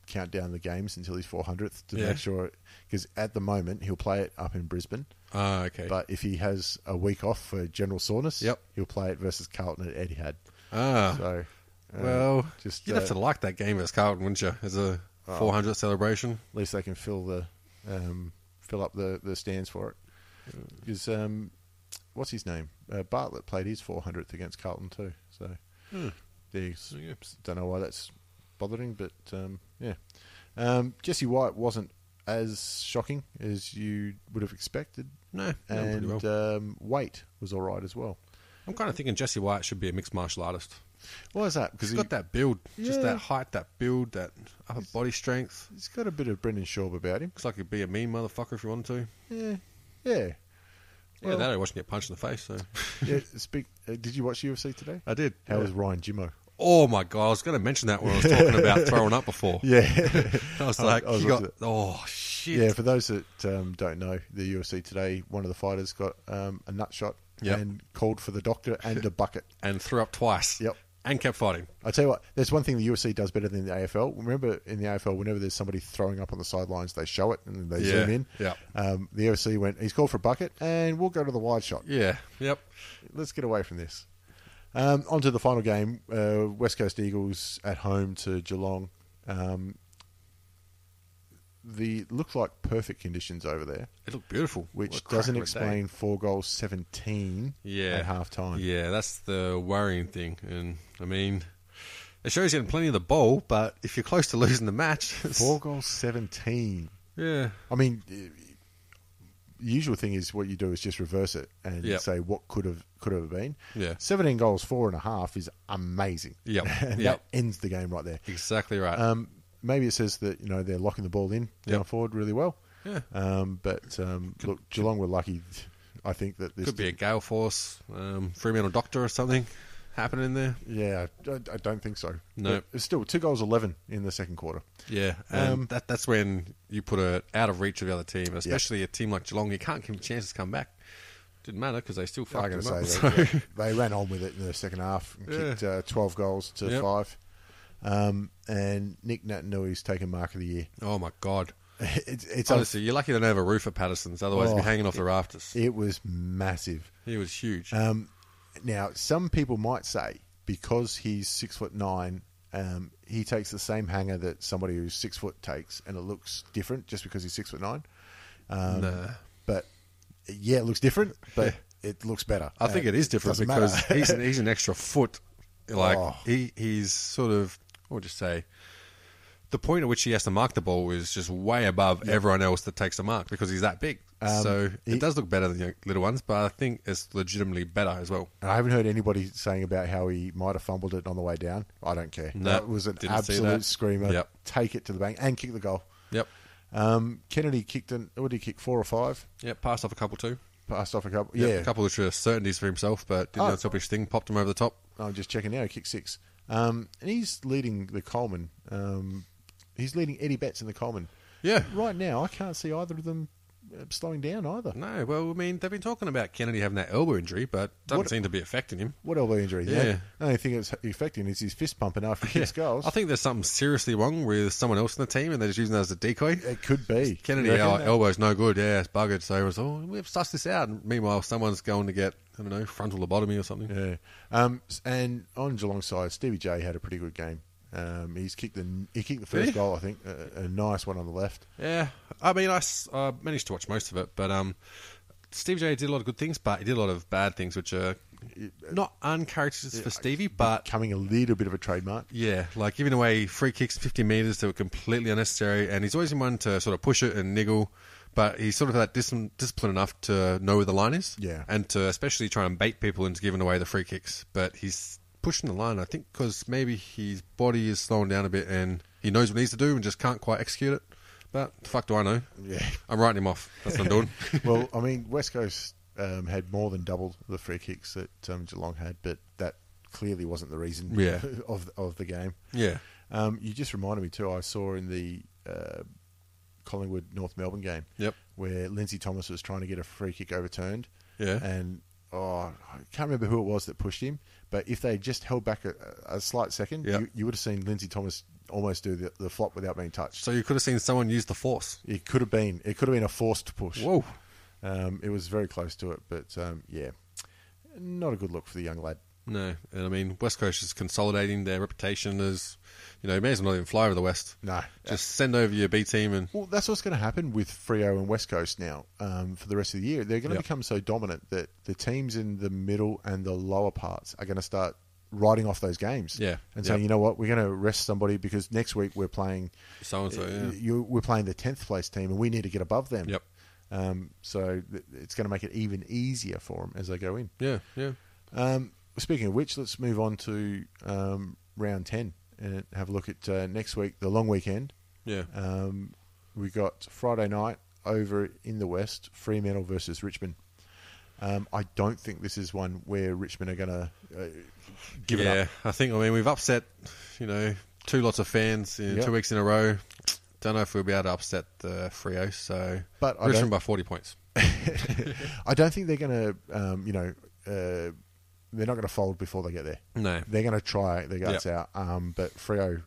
E: count down the games until his 400th to
F: Yeah.
E: make sure because at the moment he'll play it up in Brisbane.
F: Ah, okay.
E: But if he has a week off for general soreness,
F: Yep.
E: he'll play it versus Carlton at Etihad.
F: ah,
E: So, uh,
F: well,
E: just,
F: you'd have
E: uh, Oh.
F: to like that game as Carlton, wouldn't you? As a 400th celebration.
E: at least they can fill the um, fill up the, the stands for it. Because um, what's his name? Uh, Bartlett played his 400th against Carlton too. So Hmm. there you s-
F: Yeah.
E: don't know why that's bothering, but um, yeah. Um, Jesse White wasn't as shocking as you would have expected,
F: No, no, pretty
E: and
F: well.
E: um, weight was all right as well.
F: I'm kind of thinking Jesse White should be a mixed martial artist.
E: Why is that? Because
F: He's got that build, just
E: Yeah.
F: that height, that build, that upper body strength.
E: he's got a bit of Brendan Schaub about him.
F: Looks like he'd be a mean motherfucker if you wanted to.
E: Yeah, yeah.
F: yeah, that I watched him get punched in the face. So
E: yeah speak. Uh, did you watch UFC today?
F: I did.
E: How was Ryan Jimmo?
F: Oh my god, I was going to mention that when I was talking about throwing up before.
E: Yeah.
F: I was
E: I-
F: like,
E: I was
F: you got
E: looking at-
F: oh shit.
E: Yeah, for those that um, don't know, the UFC today, one of the fighters got um, a nut shot
F: Yep.
E: and called for the doctor and a bucket.
F: and threw up twice.
E: Yep.
F: And kept fighting.
E: I tell you what, there's one thing the UFC does better than the AFL. Remember, in the AFL, whenever there's somebody throwing up on the sidelines, they show it and they
F: Yeah,
E: zoom in.
F: yep.
E: Um, the UFC went, he's called for a bucket, and we'll go to the wide shot.
F: Yeah. Yep.
E: Let's get away from this. Um, on to the final game, uh, West Coast Eagles at home to Geelong. Um, the looked like perfect conditions over there.
F: It looked beautiful. What a
E: which
F: crack
E: doesn't
F: of a
E: explain
F: day.
E: four goals 17
F: Yeah.
E: at half time.
F: Yeah, that's the worrying thing. And I mean, it shows you had plenty of the ball, but if you're close to losing the match, it's,
E: Four goals 17.
F: yeah,
E: I mean, the usual thing is what you do is just reverse it and
F: Yep.
E: say what could have could have been.
F: Yeah.
E: 17 goals, four and a half is amazing.
F: Yep.
E: and that
F: Yep.
E: ends the game right there.
F: exactly right.
E: Um, maybe it says that, you know, they're locking the ball in down
F: Yep.
E: forward really well.
F: Yeah.
E: Um, but um, look, Geelong were lucky, I think, that this
F: Could be a
E: didn't-
F: gale force, um, Fremantle doctor or something happening there.
E: Yeah, I, I don't think so.
F: No.
E: But still, two goals, 11 in the second quarter.
F: Yeah, and
E: Um,
F: that that's when you put it out of reach of the other team, especially a team like Geelong. You can't give them chances to come back. Didn't matter because they still
E: I
F: fucked
E: can
F: them
E: say
F: up.
E: that,
F: So.
E: yeah. they ran on with it in the second half and kicked uh, 12 goals to
F: Yep.
E: five. Um, and Nick Natanui's taken mark of the year.
F: Oh my god!
E: It's, it's
F: Honestly, you're lucky they don't have a roof at Patterson's. Otherwise, they'd
E: Oh,
F: be hanging off the rafters.
E: it was massive.
F: He was huge.
E: Um, now, some people might say because he's six foot nine, um, he takes the same hanger that somebody who's six foot takes, and it looks different just because he's six foot nine. Um, But yeah, it looks different, but it looks better.
F: I think it is different
E: Doesn't
F: because
E: matter.
F: he's an, he's an extra foot. Like
E: Oh.
F: he he's sort of what would you say? The point at which he has to mark the ball is just way above everyone else that takes the mark because he's that big. so it
E: Um, he-
F: does look better than the little ones, but I think it's legitimately better as well.
E: And I haven't heard anybody saying about how he might have fumbled it on the way down. I don't care.
F: No,
E: that was an
F: didn't see
E: absolute
F: that.
E: screamer.
F: Yep.
E: Take it to the bank and kick the goal.
F: Yep.
E: Um, Kennedy kicked in. What did he kick? Four or five?
F: Yep. Passed off a couple too.
E: Passed off a couple.
F: Yep,
E: yeah,
F: A couple of sure certainties for himself, but didn't
E: Oh.
F: know top thing. Popped him over the top.
E: I'm just checking now. He kicked six. Um, and he's leading the Coleman. Um, he's leading Eddie Betts in the Coleman.
F: Yeah.
E: Right now, I can't see either of them uh, slowing down either.
F: No, well, I mean, they've been talking about Kennedy having that elbow injury, but doesn't
E: What-
F: seem to be affecting him.
E: What elbow injury?
F: Yeah.
E: The only thing that's affecting is his fist pumping after he kicks goals.
F: I think there's something seriously wrong with someone else in the team, and they're just using that as a decoy.
E: it could be.
F: Kennedy, uh,
E: You reckon?
F: our elbow's no good. Yeah, it's buggered. So it was, oh, we've sussed this out. And meanwhile, someone's going to get, I don't know, frontal lobotomy or something.
E: Yeah. Um, s- and on Geelong side, Stevie J had a pretty good game. Um, he's kicked the he kicked the first
F: he?
E: goal, I think, a, a nice one on the left.
F: Yeah, I mean, I, s- I managed to watch most of it, but um, Steve J did a lot of good things, but he did a lot of bad things, which are not uncharacteristic for Stevie, but
E: Coming a little bit of a trademark.
F: yeah, like giving away free kicks 50 metres that were completely unnecessary, and he's always in one to sort of push it and niggle, but he's sort of that dis- discipline enough to know where the line is,
E: Yeah.
F: and to especially try and bait people into giving away the free kicks, but he's pushing the line, I think, because maybe his body is slowing down a bit and he knows what he needs to do and just can't quite execute it. But the fuck do I know?
E: Yeah.
F: I'm writing him off. That's what I'm doing.
E: well, I mean, West Coast um, had more than double the free kicks that um, Geelong had, but that clearly wasn't the reason
F: Yeah.
E: of of the game.
F: yeah.
E: Um, you just reminded me too. I saw in the uh, Collingwood North Melbourne game,
F: Yep.
E: where Lindsay Thomas was trying to get a free kick overturned,
F: Yeah.
E: and oh, I can't remember who it was that pushed him, but if they had just held back a, a slight second,
F: Yep.
E: you, you would have seen Lindsay Thomas almost do the, the flop without being touched.
F: So you could have seen someone use the force.
E: it could have been it could have been a forced push.
F: Whoa.
E: Um, it was very close to it, but um, yeah, not a good look for the young lad.
F: No, and I mean West Coast is consolidating their reputation as, you know, you may as well not even fly over the West.
E: No.
F: just send over your B team and
E: Well, that's what's going to happen with Frio and West Coast now um, for the rest of the year. They're going to
F: Yep.
E: become so dominant that the teams in the middle and the lower parts are going to start writing off those games.
F: Yeah.
E: and saying,
F: Yep.
E: you know what, we're going to rest somebody because next week we're playing
F: so and so. Yeah.
E: you, we're playing the tenth place team and we need to get above them.
F: Yep.
E: Um, so th- it's going to make it even easier for them as they go in.
F: yeah, yeah.
E: Um, speaking of which, let's move on to um, round 10 and have a look at uh, next week, the long weekend.
F: Yeah.
E: Um, we got Friday night over in the West, Fremantle versus Richmond. Um, I don't think this is one where Richmond are going to uh, give
F: yeah,
E: it up.
F: I think I mean we've upset, you know, two lots of fans in
E: Yep.
F: two weeks in a row. Don't know if we'll be able to upset the Frio. So
E: But I
F: Richmond
E: don't-
F: by forty points.
E: I don't think they're going to, um, you know, uh, they're not going to fold before they get there.
F: No.
E: They're going to try their guts
F: Yep.
E: out. Um, but Frio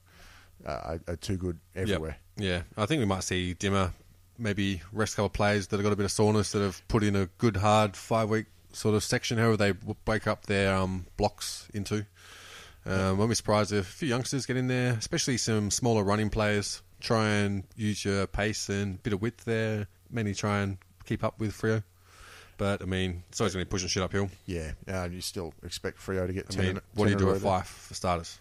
E: uh, are, are too good
F: Yep.
E: everywhere.
F: Yeah, I think we might see Dimmer maybe rest a couple of players that have got a bit of soreness that have put in a good hard five week sort of section. However, they w- break up their um, blocks into. Um, I'll be surprised if a few youngsters get in there, especially some smaller running players. Try and use your pace and bit of width there. Mainly try and keep up with Frio. But I mean, it's always going to be pushing shit uphill.
E: Yeah, and you still expect Frio to get
F: I
E: 10.
F: mean, what do
E: 10 in
F: you
E: a
F: do
E: row
F: at
E: there.
F: five for starters?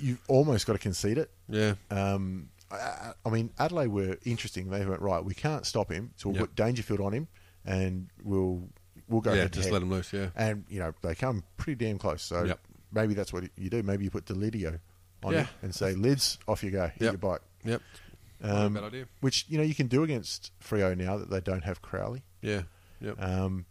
E: You've almost got to concede it.
F: Yeah,
E: Um, I, I mean, Adelaide were interesting. They went right. We can't stop him, so we'll
F: Yep.
E: put Dangerfield on him, and we'll we'll go.
F: Yeah,
E: head to
F: just
E: head.
F: let 'em loose, yeah.
E: and you know they come pretty damn close. So
F: Yep.
E: maybe that's what you do. Maybe you put Delidio on
F: Yeah.
E: him and say, "Lids, off you go. Hit
F: Yep.
E: your bike."
F: yep,
E: Um,
F: bad idea.
E: Which you know you can do against Frio now that they don't have Crowley.
F: yeah, yep.
E: Um,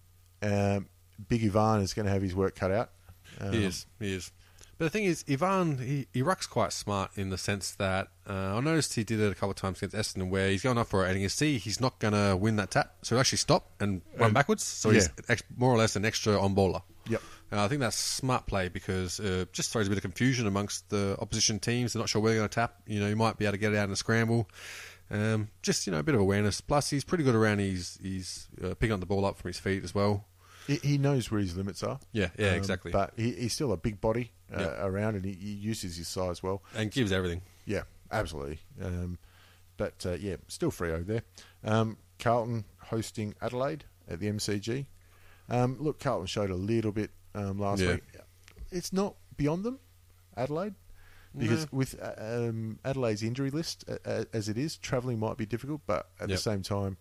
E: um, Big Ivan is going to have his work cut out. Um,
F: He is. He is. But the thing is, Ivan, he, he rucks quite smart in the sense that uh, I noticed he did it a couple of times against Essendon where he's going up for it and you can see he's not going to win that tap. So he'll actually stop and run backwards. So he's
E: Oh, yeah.
F: ex- more or less an extra on baller.
E: Yep.
F: And I think that's smart play because uh, just throws a bit of confusion amongst the opposition teams. They're not sure where they're going to tap. You know, you might be able to get it out in a scramble. Um, just, you know, a bit of awareness. Plus, he's pretty good around his, his uh, picking up the ball up from his feet as well.
E: He, he knows where his limits are.
F: Yeah, yeah, exactly.
E: Um, But he, he's still a big body uh,
F: Yeah.
E: around, and he, he uses his size well.
F: And gives everything.
E: Yeah, absolutely. Um, but uh, yeah, still free over there. Um, Carlton hosting Adelaide at the MCG. Um, look, Carlton showed a little bit um, last
F: Yeah.
E: week. It's not beyond them, Adelaide, because with uh, um, Adelaide's injury list uh, uh, as it is, travelling might be difficult. But at
F: Yep.
E: the same time,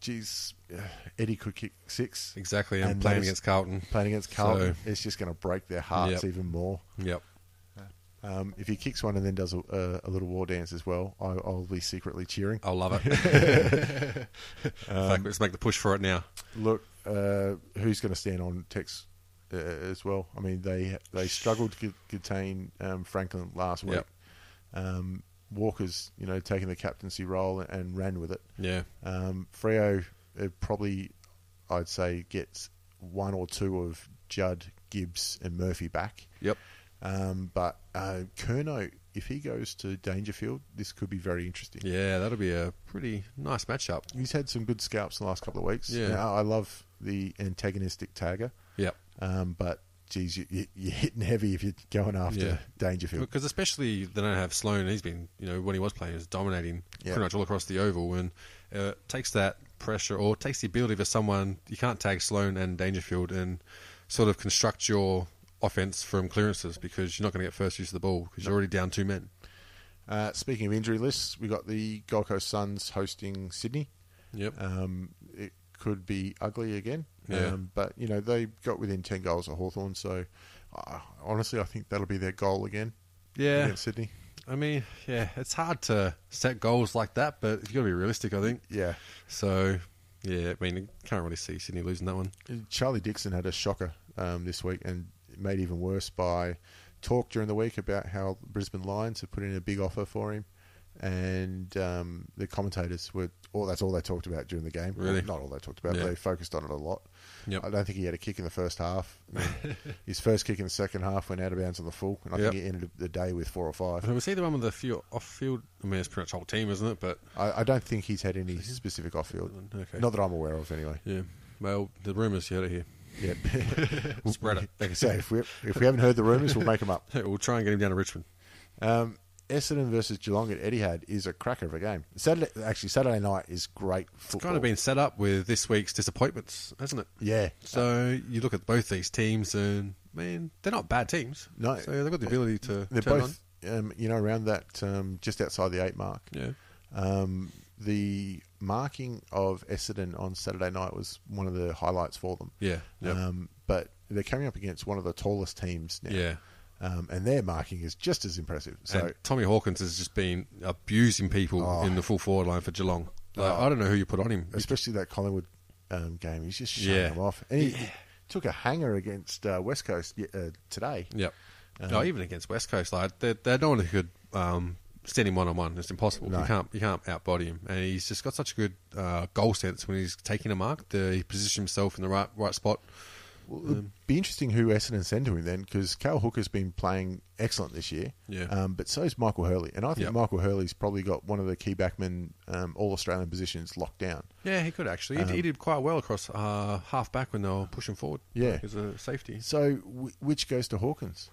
E: geez, uh, Eddie could kick six.
F: Exactly, and playing
E: those-
F: against Carlton.
E: Playing against Carlton,
F: So-
E: it's just going to break their hearts
F: Yep.
E: even more.
F: Yep.
E: Um, if he kicks one and then does a, a, a little war dance as well, I, I'll be secretly cheering.
F: I'll love it. In
E: Um,
F: fact, let's make the push for it now.
E: Look, uh, who's going to stand on Tex uh, as well? I mean, they they struggled to contain um, Franklin last week.
F: Yep.
E: Um, Walker's, you know, taking the captaincy role and, and ran with it.
F: Yeah.
E: Um, Frio uh, probably, I'd say, gets one or two of Judd, Gibbs, and Murphy back.
F: Yep.
E: Um, but uh, Kerno, if he goes to Dangerfield, this could be very interesting.
F: Yeah, that'll be a pretty nice matchup.
E: He's had some good scalps in the last couple of weeks.
F: Yeah.
E: Now, I love the antagonistic tagger,
F: Yep.
E: um, but geez, you, you, you're hitting heavy if you're going after
F: Yeah.
E: Dangerfield.
F: Because especially they don't have Sloan. He's been, you know, when he was playing, he was dominating
E: Yeah.
F: pretty much all across the oval, and uh, takes that pressure or takes the ability for someone you can't tag Sloan and Dangerfield and sort of construct your offense from clearances because you're not going to get first use of the ball because you're already down two men.
E: Uh, speaking of injury lists, we got the Gold Coast Suns hosting Sydney.
F: Yep.
E: Um, it could be ugly again.
F: Yeah.
E: Um, but, you know, they got within 10 goals of Hawthorn, so uh, honestly, I think that'll be their goal again
F: yeah.
E: against Sydney.
F: I mean, yeah, it's hard to set goals like that, but you've got to be realistic, I think.
E: Yeah.
F: So, yeah, I mean, I can't really see Sydney losing that one.
E: Charlie Dixon had a shocker um, this week and made even worse by talk during the week about how Brisbane Lions have put in a big offer for him. And um, the commentators were all that's all they talked about during the game.
F: Really?
E: Not all they talked about, but
F: Yeah.
E: they focused on it a lot.
F: Yep.
E: I don't think he had a kick in the first half. His first kick in the second half went out of bounds on the full, and I
F: Yep. Uh-huh.
E: think he ended the day with four or five.
F: And was he the one with the few off field? I mean, it's pretty much whole team, isn't it? But,
E: I, I don't think he's had any specific off field.
F: Okay.
E: Not that I'm aware of, anyway.
F: yeah, well, the rumours, you heard it here.
E: Yeah.
F: Spread it.
E: like I say, if we, if we haven't heard the rumours, we'll make them up.
F: We'll try and get him down to Richmond.
E: Um, Essendon versus Geelong at Etihad is a cracker of a game. Saturday, actually, Saturday night is great football.
F: It's kind of been set up with this week's disappointments, hasn't it?
E: yeah.
F: So you look at both these teams, and man, they're not bad teams.
E: No.
F: so they've got the ability to
E: They're
F: turn
E: both, um, you know, around that um, just outside the eight mark.
F: on. Yeah,
E: Um, the marking of Essendon on Saturday night was one of the highlights for them.
F: Yeah, yep.
E: Um, but they're coming up against one of the tallest teams now.
F: Yeah.
E: Um, and their marking is just as impressive. So
F: and Tommy Hawkins has just been abusing people in the full forward line for Geelong. Like, I don't know who you put on him.
E: especially that Collingwood um, game. He's just shutting
F: Yeah.
E: them off. And he, he took a hanger against uh, West Coast ye- uh, today.
F: Yep. no, even against West Coast, like they're, they're no one who could um, stand him one on one. It's impossible.
E: No.
F: You can't you can't outbody him, and he's just got such a good uh, goal sense when he's taking a mark. The, he positions himself in the right right spot.
E: It'd be interesting who Essendon send to him then, because Cal Hooker's been playing excellent this year.
F: Yeah.
E: Um, but so's Michael Hurley, and I think
F: Yep.
E: Michael Hurley's probably got one of the key backman um, all Australian positions locked down.
F: Yeah, he could actually. He, he did quite well across uh, half back when they were pushing forward.
E: Yeah.
F: as a safety.
E: So w- which goes to Hawkins?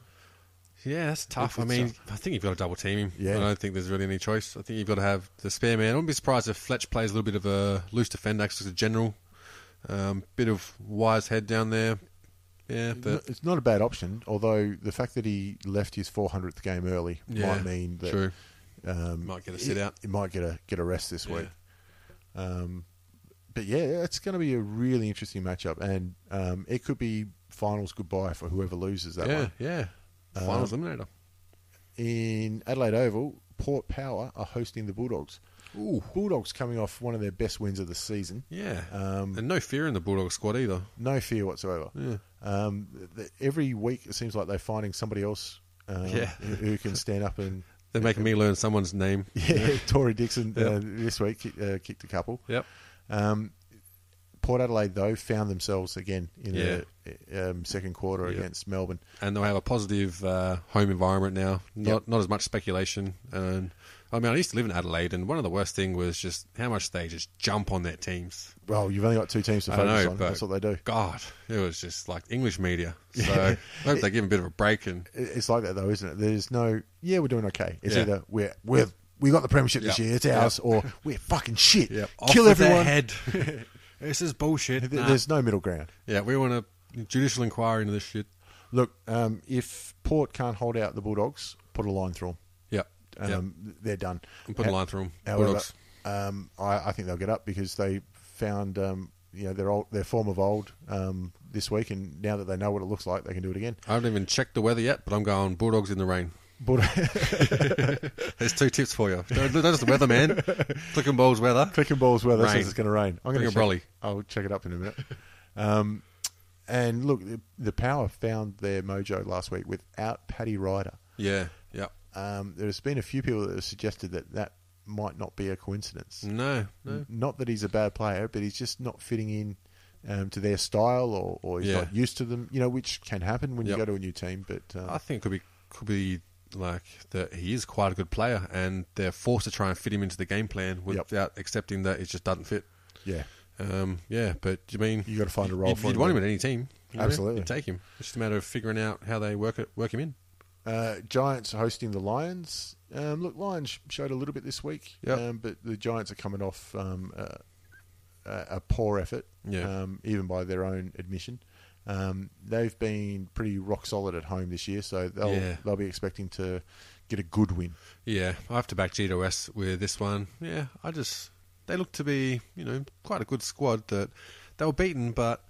F: Yeah, that's tough. I
E: it's
F: mean, I think you've got to double team him.
E: Yeah.
F: I don't think there's really any choice. I think you've got to have the spare man. I wouldn't be surprised if Fletch plays a little bit of a loose defender, acts as a general, um, bit of wise head down there. Yeah,
E: No,
F: but
E: It's not a bad option, although the fact that he left his 400th game early
F: yeah,
E: might mean that
F: true.
E: Um,
F: Might get a sit
E: he-
F: out.
E: He might get a get a rest this
F: Yeah.
E: week. Um, but yeah, it's going to be a really interesting matchup, and um, it could be finals goodbye for whoever loses that
F: yeah,
E: one. Um,
F: yeah. Finals eliminator.
E: In Adelaide Oval, Port Power are hosting the Bulldogs. Ooh. Bulldogs coming off one of their best wins of the season.
F: Yeah,
E: Um,
F: and no fear in the Bulldog squad either.
E: No fear whatsoever. Um, th- every week it seems like they're finding somebody else um,
F: Yeah.
E: who who can stand up and.
F: They're making me learn someone's name.
E: Yeah, Tory Dixon uh, this week ki- uh, kicked a couple.
F: Yep.
E: Port Adelaide though found themselves again in the
F: Yeah.
E: um, second quarter against Melbourne.
F: and they'll have a positive uh, home environment now. Not not as much speculation. And I mean, I used to live in Adelaide, and one of the worst thing was just how much they just jump on their teams.
E: Well, you've only got two teams to
F: I
E: focus
F: know,
E: on.
F: but
E: That's what they do.
F: God, it was just like English media. So I hope they give them a bit of a break. And
E: It- It's like that though, isn't it? There's no yeah, we're doing okay. It's
F: Yeah.
E: either we're we're we got the premiership this
F: Yeah.
E: year, it's
F: Yeah.
E: ours, or we're fucking shit.
F: yeah,
E: Kill everyone.
F: head. this is bullshit.
E: Th-
F: Nah.
E: There's no middle ground.
F: Yeah, we want a judicial inquiry into this shit.
E: Look, um, if Port can't hold out the Bulldogs, put a line through
F: Yep.
E: them.
F: yep.
E: Um, They're done.
F: I'm putting a line through 'em.
E: However,
F: Bulldogs.
E: um, I, I think they'll get up because they found um, you know their old their form of old um, this week, and now that they know what it looks like, they can do it again.
F: I haven't even checked the weather yet, but I'm going Bulldogs in the rain.
E: But
F: There's two tips for you. Don't, don't just the weather, man. Click and balls weather.
E: Clicking balls weather
F: Rain.
E: says it's going to rain. I'm
F: Bring
E: going
F: a
E: to
F: brolly.
E: I'll check it up in a minute. Um, and look, the, the Power found their mojo last week without Paddy Ryder.
F: Yeah, yeah.
E: Um, there's been a few people that have suggested that that might not be a coincidence.
F: No, Mm, no.
E: Not that he's a bad player, but he's just not fitting in um, to their style, or, or he's
F: Yeah.
E: not used to them. You know, which can happen when
F: Yep.
E: you go to a new team. But um,
F: I think it could be could be like that. He is quite a good player, and they're forced to try and fit him into the game plan without accepting that it just doesn't fit.
E: yeah,
F: Um, yeah, but I mean,
E: You gotta find a role
F: You'd,
E: for
F: you'd
E: him,
F: want him
E: don't
F: at any team. you know?
E: Absolutely.
F: You'd take him. It's just a matter of figuring out how they work it, work him in.
E: Uh, Giants hosting the Lions. Um, look, Lions sh- showed a little bit this week,
F: Yep.
E: um, but the Giants are coming off um, a, a a poor effort,
F: Yeah.
E: um, even by their own admission. Um, they've been pretty rock solid at home this year, so they'll
F: Yeah.
E: they'll be expecting to get a good win.
F: Yeah, I have to back G2S with this one. Yeah, I just they look to be you know quite a good squad that they were beaten, but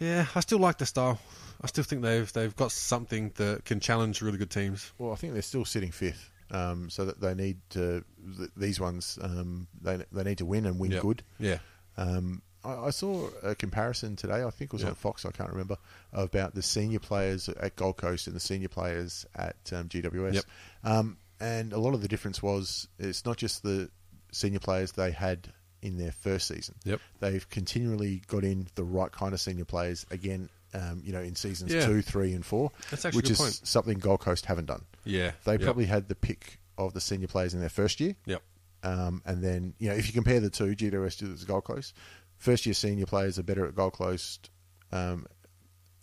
F: yeah, I still like the style. I still think they've they've got something that can challenge really good teams.
E: Well, I think they're still sitting fifth, um, so that they need to th- these ones um, they they need to win and win
F: Yeah.
E: good.
F: Yeah.
E: Um, I, I saw a comparison today. I think it was
F: Yeah.
E: on Fox. I can't remember about the senior players at Gold Coast and the senior players at um, GWS.
F: Yep.
E: Um, and a lot of the difference was it's not just the senior players they had in their first season.
F: Yep.
E: They've continually got in the right kind of senior players again. Um, you know, in seasons
F: Yeah.
E: two, three, and four,
F: That's actually a
E: which
F: good
E: is
F: point.
E: something Gold Coast haven't done.
F: Yeah,
E: they
F: yep.
E: probably had the pick of the senior players in their first year.
F: Yep.
E: Um, and then, you know, if you compare the two, GWS to Gold Coast, first year senior players are better at Gold Coast um,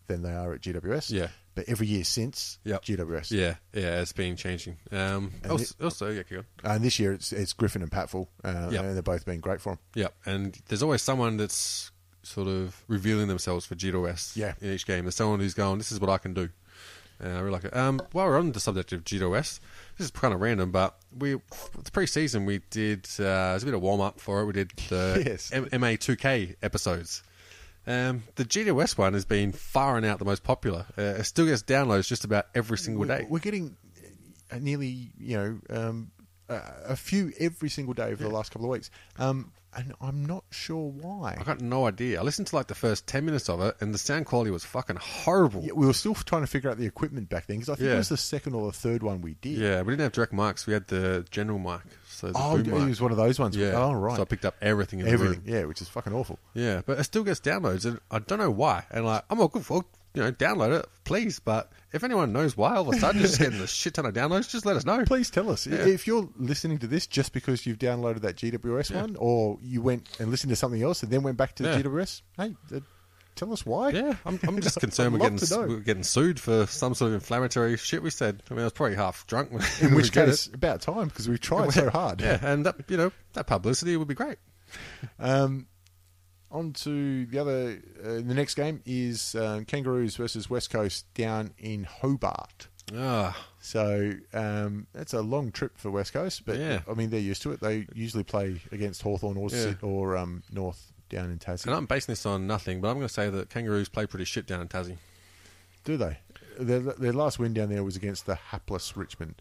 E: than they are at GWS.
F: Yeah.
E: But every year since,
F: Yep.
E: GWS.
F: Yeah, yeah, it's been changing. Um, also, also, yeah, keep going.
E: And this year it's it's Griffin and Patful, uh,
F: Yep.
E: and they've both been great for them.
F: Yeah, and there's always someone that's sort of revealing themselves for G2S
E: Yeah.
F: in each game. There's someone who's going, this is what I can do. Uh, I really like it. Um, while we're on the subject of G2S, this is kind of random, but we the pre-season we did, uh, it was a bit of warm-up for it. We did the
E: Yes.
F: M- MA2K episodes. Um, the G2S one has been far and out the most popular. Uh, it still gets downloads just about every single day.
E: We're, we're getting uh, nearly, you know, um, a, a few every single day over the last couple of weeks. Um, and I'm not sure why.
F: I got no idea. I listened to like the first 10 minutes of it, and the sound quality was fucking horrible.
E: Yeah, we were still trying to figure out the equipment back then because I think
F: Yeah.
E: it was the second or the third one we did.
F: Yeah, we didn't have direct mics. We had the general mic. So the
E: Oh,
F: boom
E: it
F: mic.
E: was one of those ones.
F: Yeah.
E: Oh, right.
F: So I picked up everything in
E: Everything.
F: the room.
E: Yeah, which is fucking awful.
F: Yeah, but it still gets downloads, and I don't know why. And like, I'm all good for you know, download it, please. But if anyone knows why, all of a sudden you're just getting a shit ton of downloads, just let us know.
E: Please tell us if you're listening to this just because you've downloaded that GWS one, or you went and listened to something else and then went back to
F: Yeah.
E: GWS. Hey, th- tell us why.
F: Yeah, I'm, I'm just concerned
E: I'd
F: we're
E: love
F: getting
E: to know.
F: we're getting sued for some sort of inflammatory shit we said. I mean, I was probably half drunk. When
E: In
F: we
E: which
F: did it.
E: case, about time because we tried so hard.
F: yeah, and that you know that publicity would be great.
E: On to the other. Uh, the next game is um, Kangaroos versus West Coast down in Hobart.
F: Ah,
E: So um, that's a long trip for West Coast, but
F: Yeah.
E: I mean they're used to it. They usually play against Hawthorn or
F: Yeah.
E: Sid- or um, North down in Tassie.
F: and I'm basing this on nothing, but I'm going to say that kangaroos play pretty shit down in Tassie.
E: Do they? Their, their last win down there was against the hapless Richmond.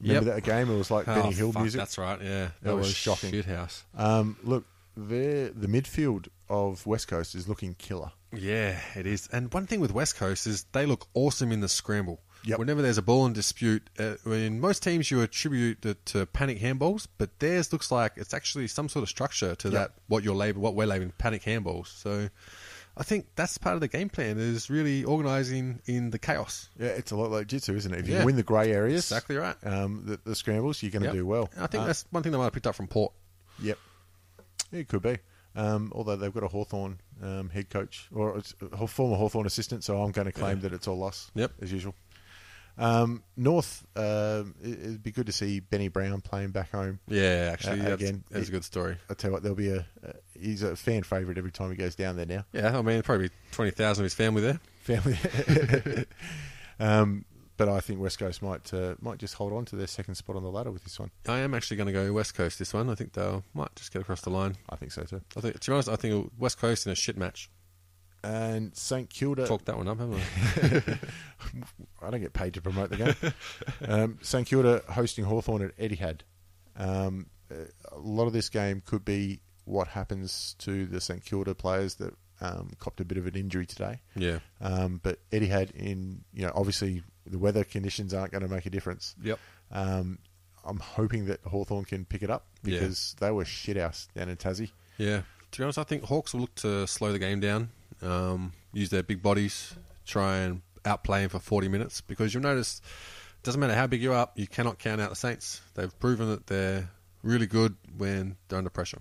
E: Remember
F: Yep.
E: that game? It was like Benny
F: Oh,
E: Hill
F: fuck,
E: music.
F: That's right. Yeah, that,
E: was
F: was,
E: shocking.
F: Shit house.
E: Um, look, they're- the midfield of West Coast is looking killer.
F: Yeah, it is. And one thing with West Coast is they look awesome in the scramble.
E: Yep.
F: Whenever there's a ball in dispute, uh, in most teams you attribute it to panic handballs, but theirs looks like it's actually some sort of structure to that what you're label, what we're labeling panic handballs. So, I think that's part of the game plan is really organising in the chaos.
E: Yeah, it's a lot like jitsu, isn't it? If you
F: Yeah.
E: win the grey areas,
F: Exactly right.
E: Um, the, the scrambles, you're going to
F: Yep.
E: do well.
F: And I think
E: Uh,
F: that's one thing that I might have picked up from Port.
E: Yep, it could be. Um, although they've got a Hawthorn um, head coach or it's a former Hawthorn assistant, so I'm going to claim that it's all us.
F: Yep.
E: as usual. Um, North, um, it, it'd be good to see Benny Brown playing back home.
F: Yeah, actually,
E: Uh,
F: that's,
E: again,
F: that's
E: it-
F: a good story.
E: I tell you what, there'll be a uh, he's a fan favourite every time he goes down there now.
F: Yeah, I mean probably twenty thousand of his family there.
E: Family, um, but I think West Coast might uh, might just hold on to their second spot on the ladder with this one.
F: I am actually going to go West Coast this one. I think they might just get across the line.
E: I think so too.
F: I think, to be honest, I think West Coast in a shit match.
E: And St Kilda,
F: Talked that one up, haven't I?
E: I don't get paid to promote the game. um, St Kilda hosting Hawthorn at Etihad. Um, a lot of this game could be what happens to the St Kilda players that um, copped a bit of an injury today.
F: Yeah.
E: Um, but Etihad in you know obviously the weather conditions aren't going to make a difference.
F: Yep.
E: Um, I'm hoping that Hawthorn can pick it up
F: Yeah.
E: because they were shit house down in Tassie.
F: Yeah. To be honest, I think Hawks will look to slow the game down, um, use their big bodies, try and outplay him for 40 minutes because you'll notice it doesn't matter how big you're up, you cannot count out the Saints. They've proven that they're really good when they're under pressure.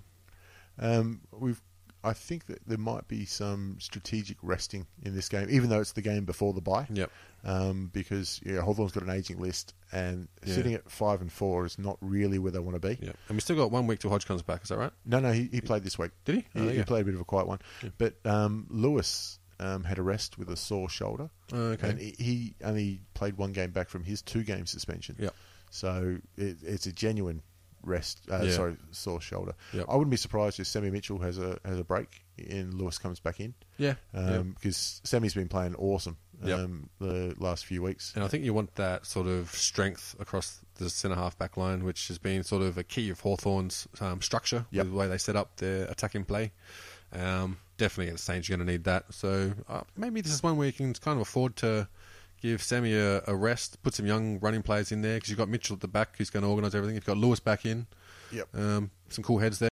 E: Um, we've, I think that there might be some strategic resting in this game, even though it's the game before the bye.
F: Yep.
E: Um, because yeah, Hawthorn's got an aging list, and sitting at five and four is not really where they want to be.
F: Yep. And we still got one week till Hodge comes back, is that right?
E: No, no, he, he played this week.
F: Did he? Oh,
E: he,
F: there you go.
E: played a bit of a quiet one. But um, Lewis um, had a rest with a sore shoulder.
F: Oh, okay.
E: And he, he only played one game back from his two game suspension.
F: Yep.
E: So it, it's a genuine rest. Uh,
F: Yeah.
E: Sorry, sore shoulder.
F: Yep.
E: I wouldn't be surprised if Sammy Mitchell has a has a break and Lewis comes back in.
F: Yeah, Um,
E: Because Sammy's been playing awesome
F: Yep.
E: um, the last few weeks.
F: And I think you want that sort of strength across the centre half back line, which has been sort of a key of Hawthorn's um, structure
E: Yep.
F: with the way they set up their attacking play. Um, definitely at the stage you're going to need that. So uh, maybe this is one where you can kind of afford to give Sammy a, a rest, put some young running players in there because you've got Mitchell at the back who's going to organise everything. You've got Lewis back in.
E: Yep.
F: Um, some cool heads there.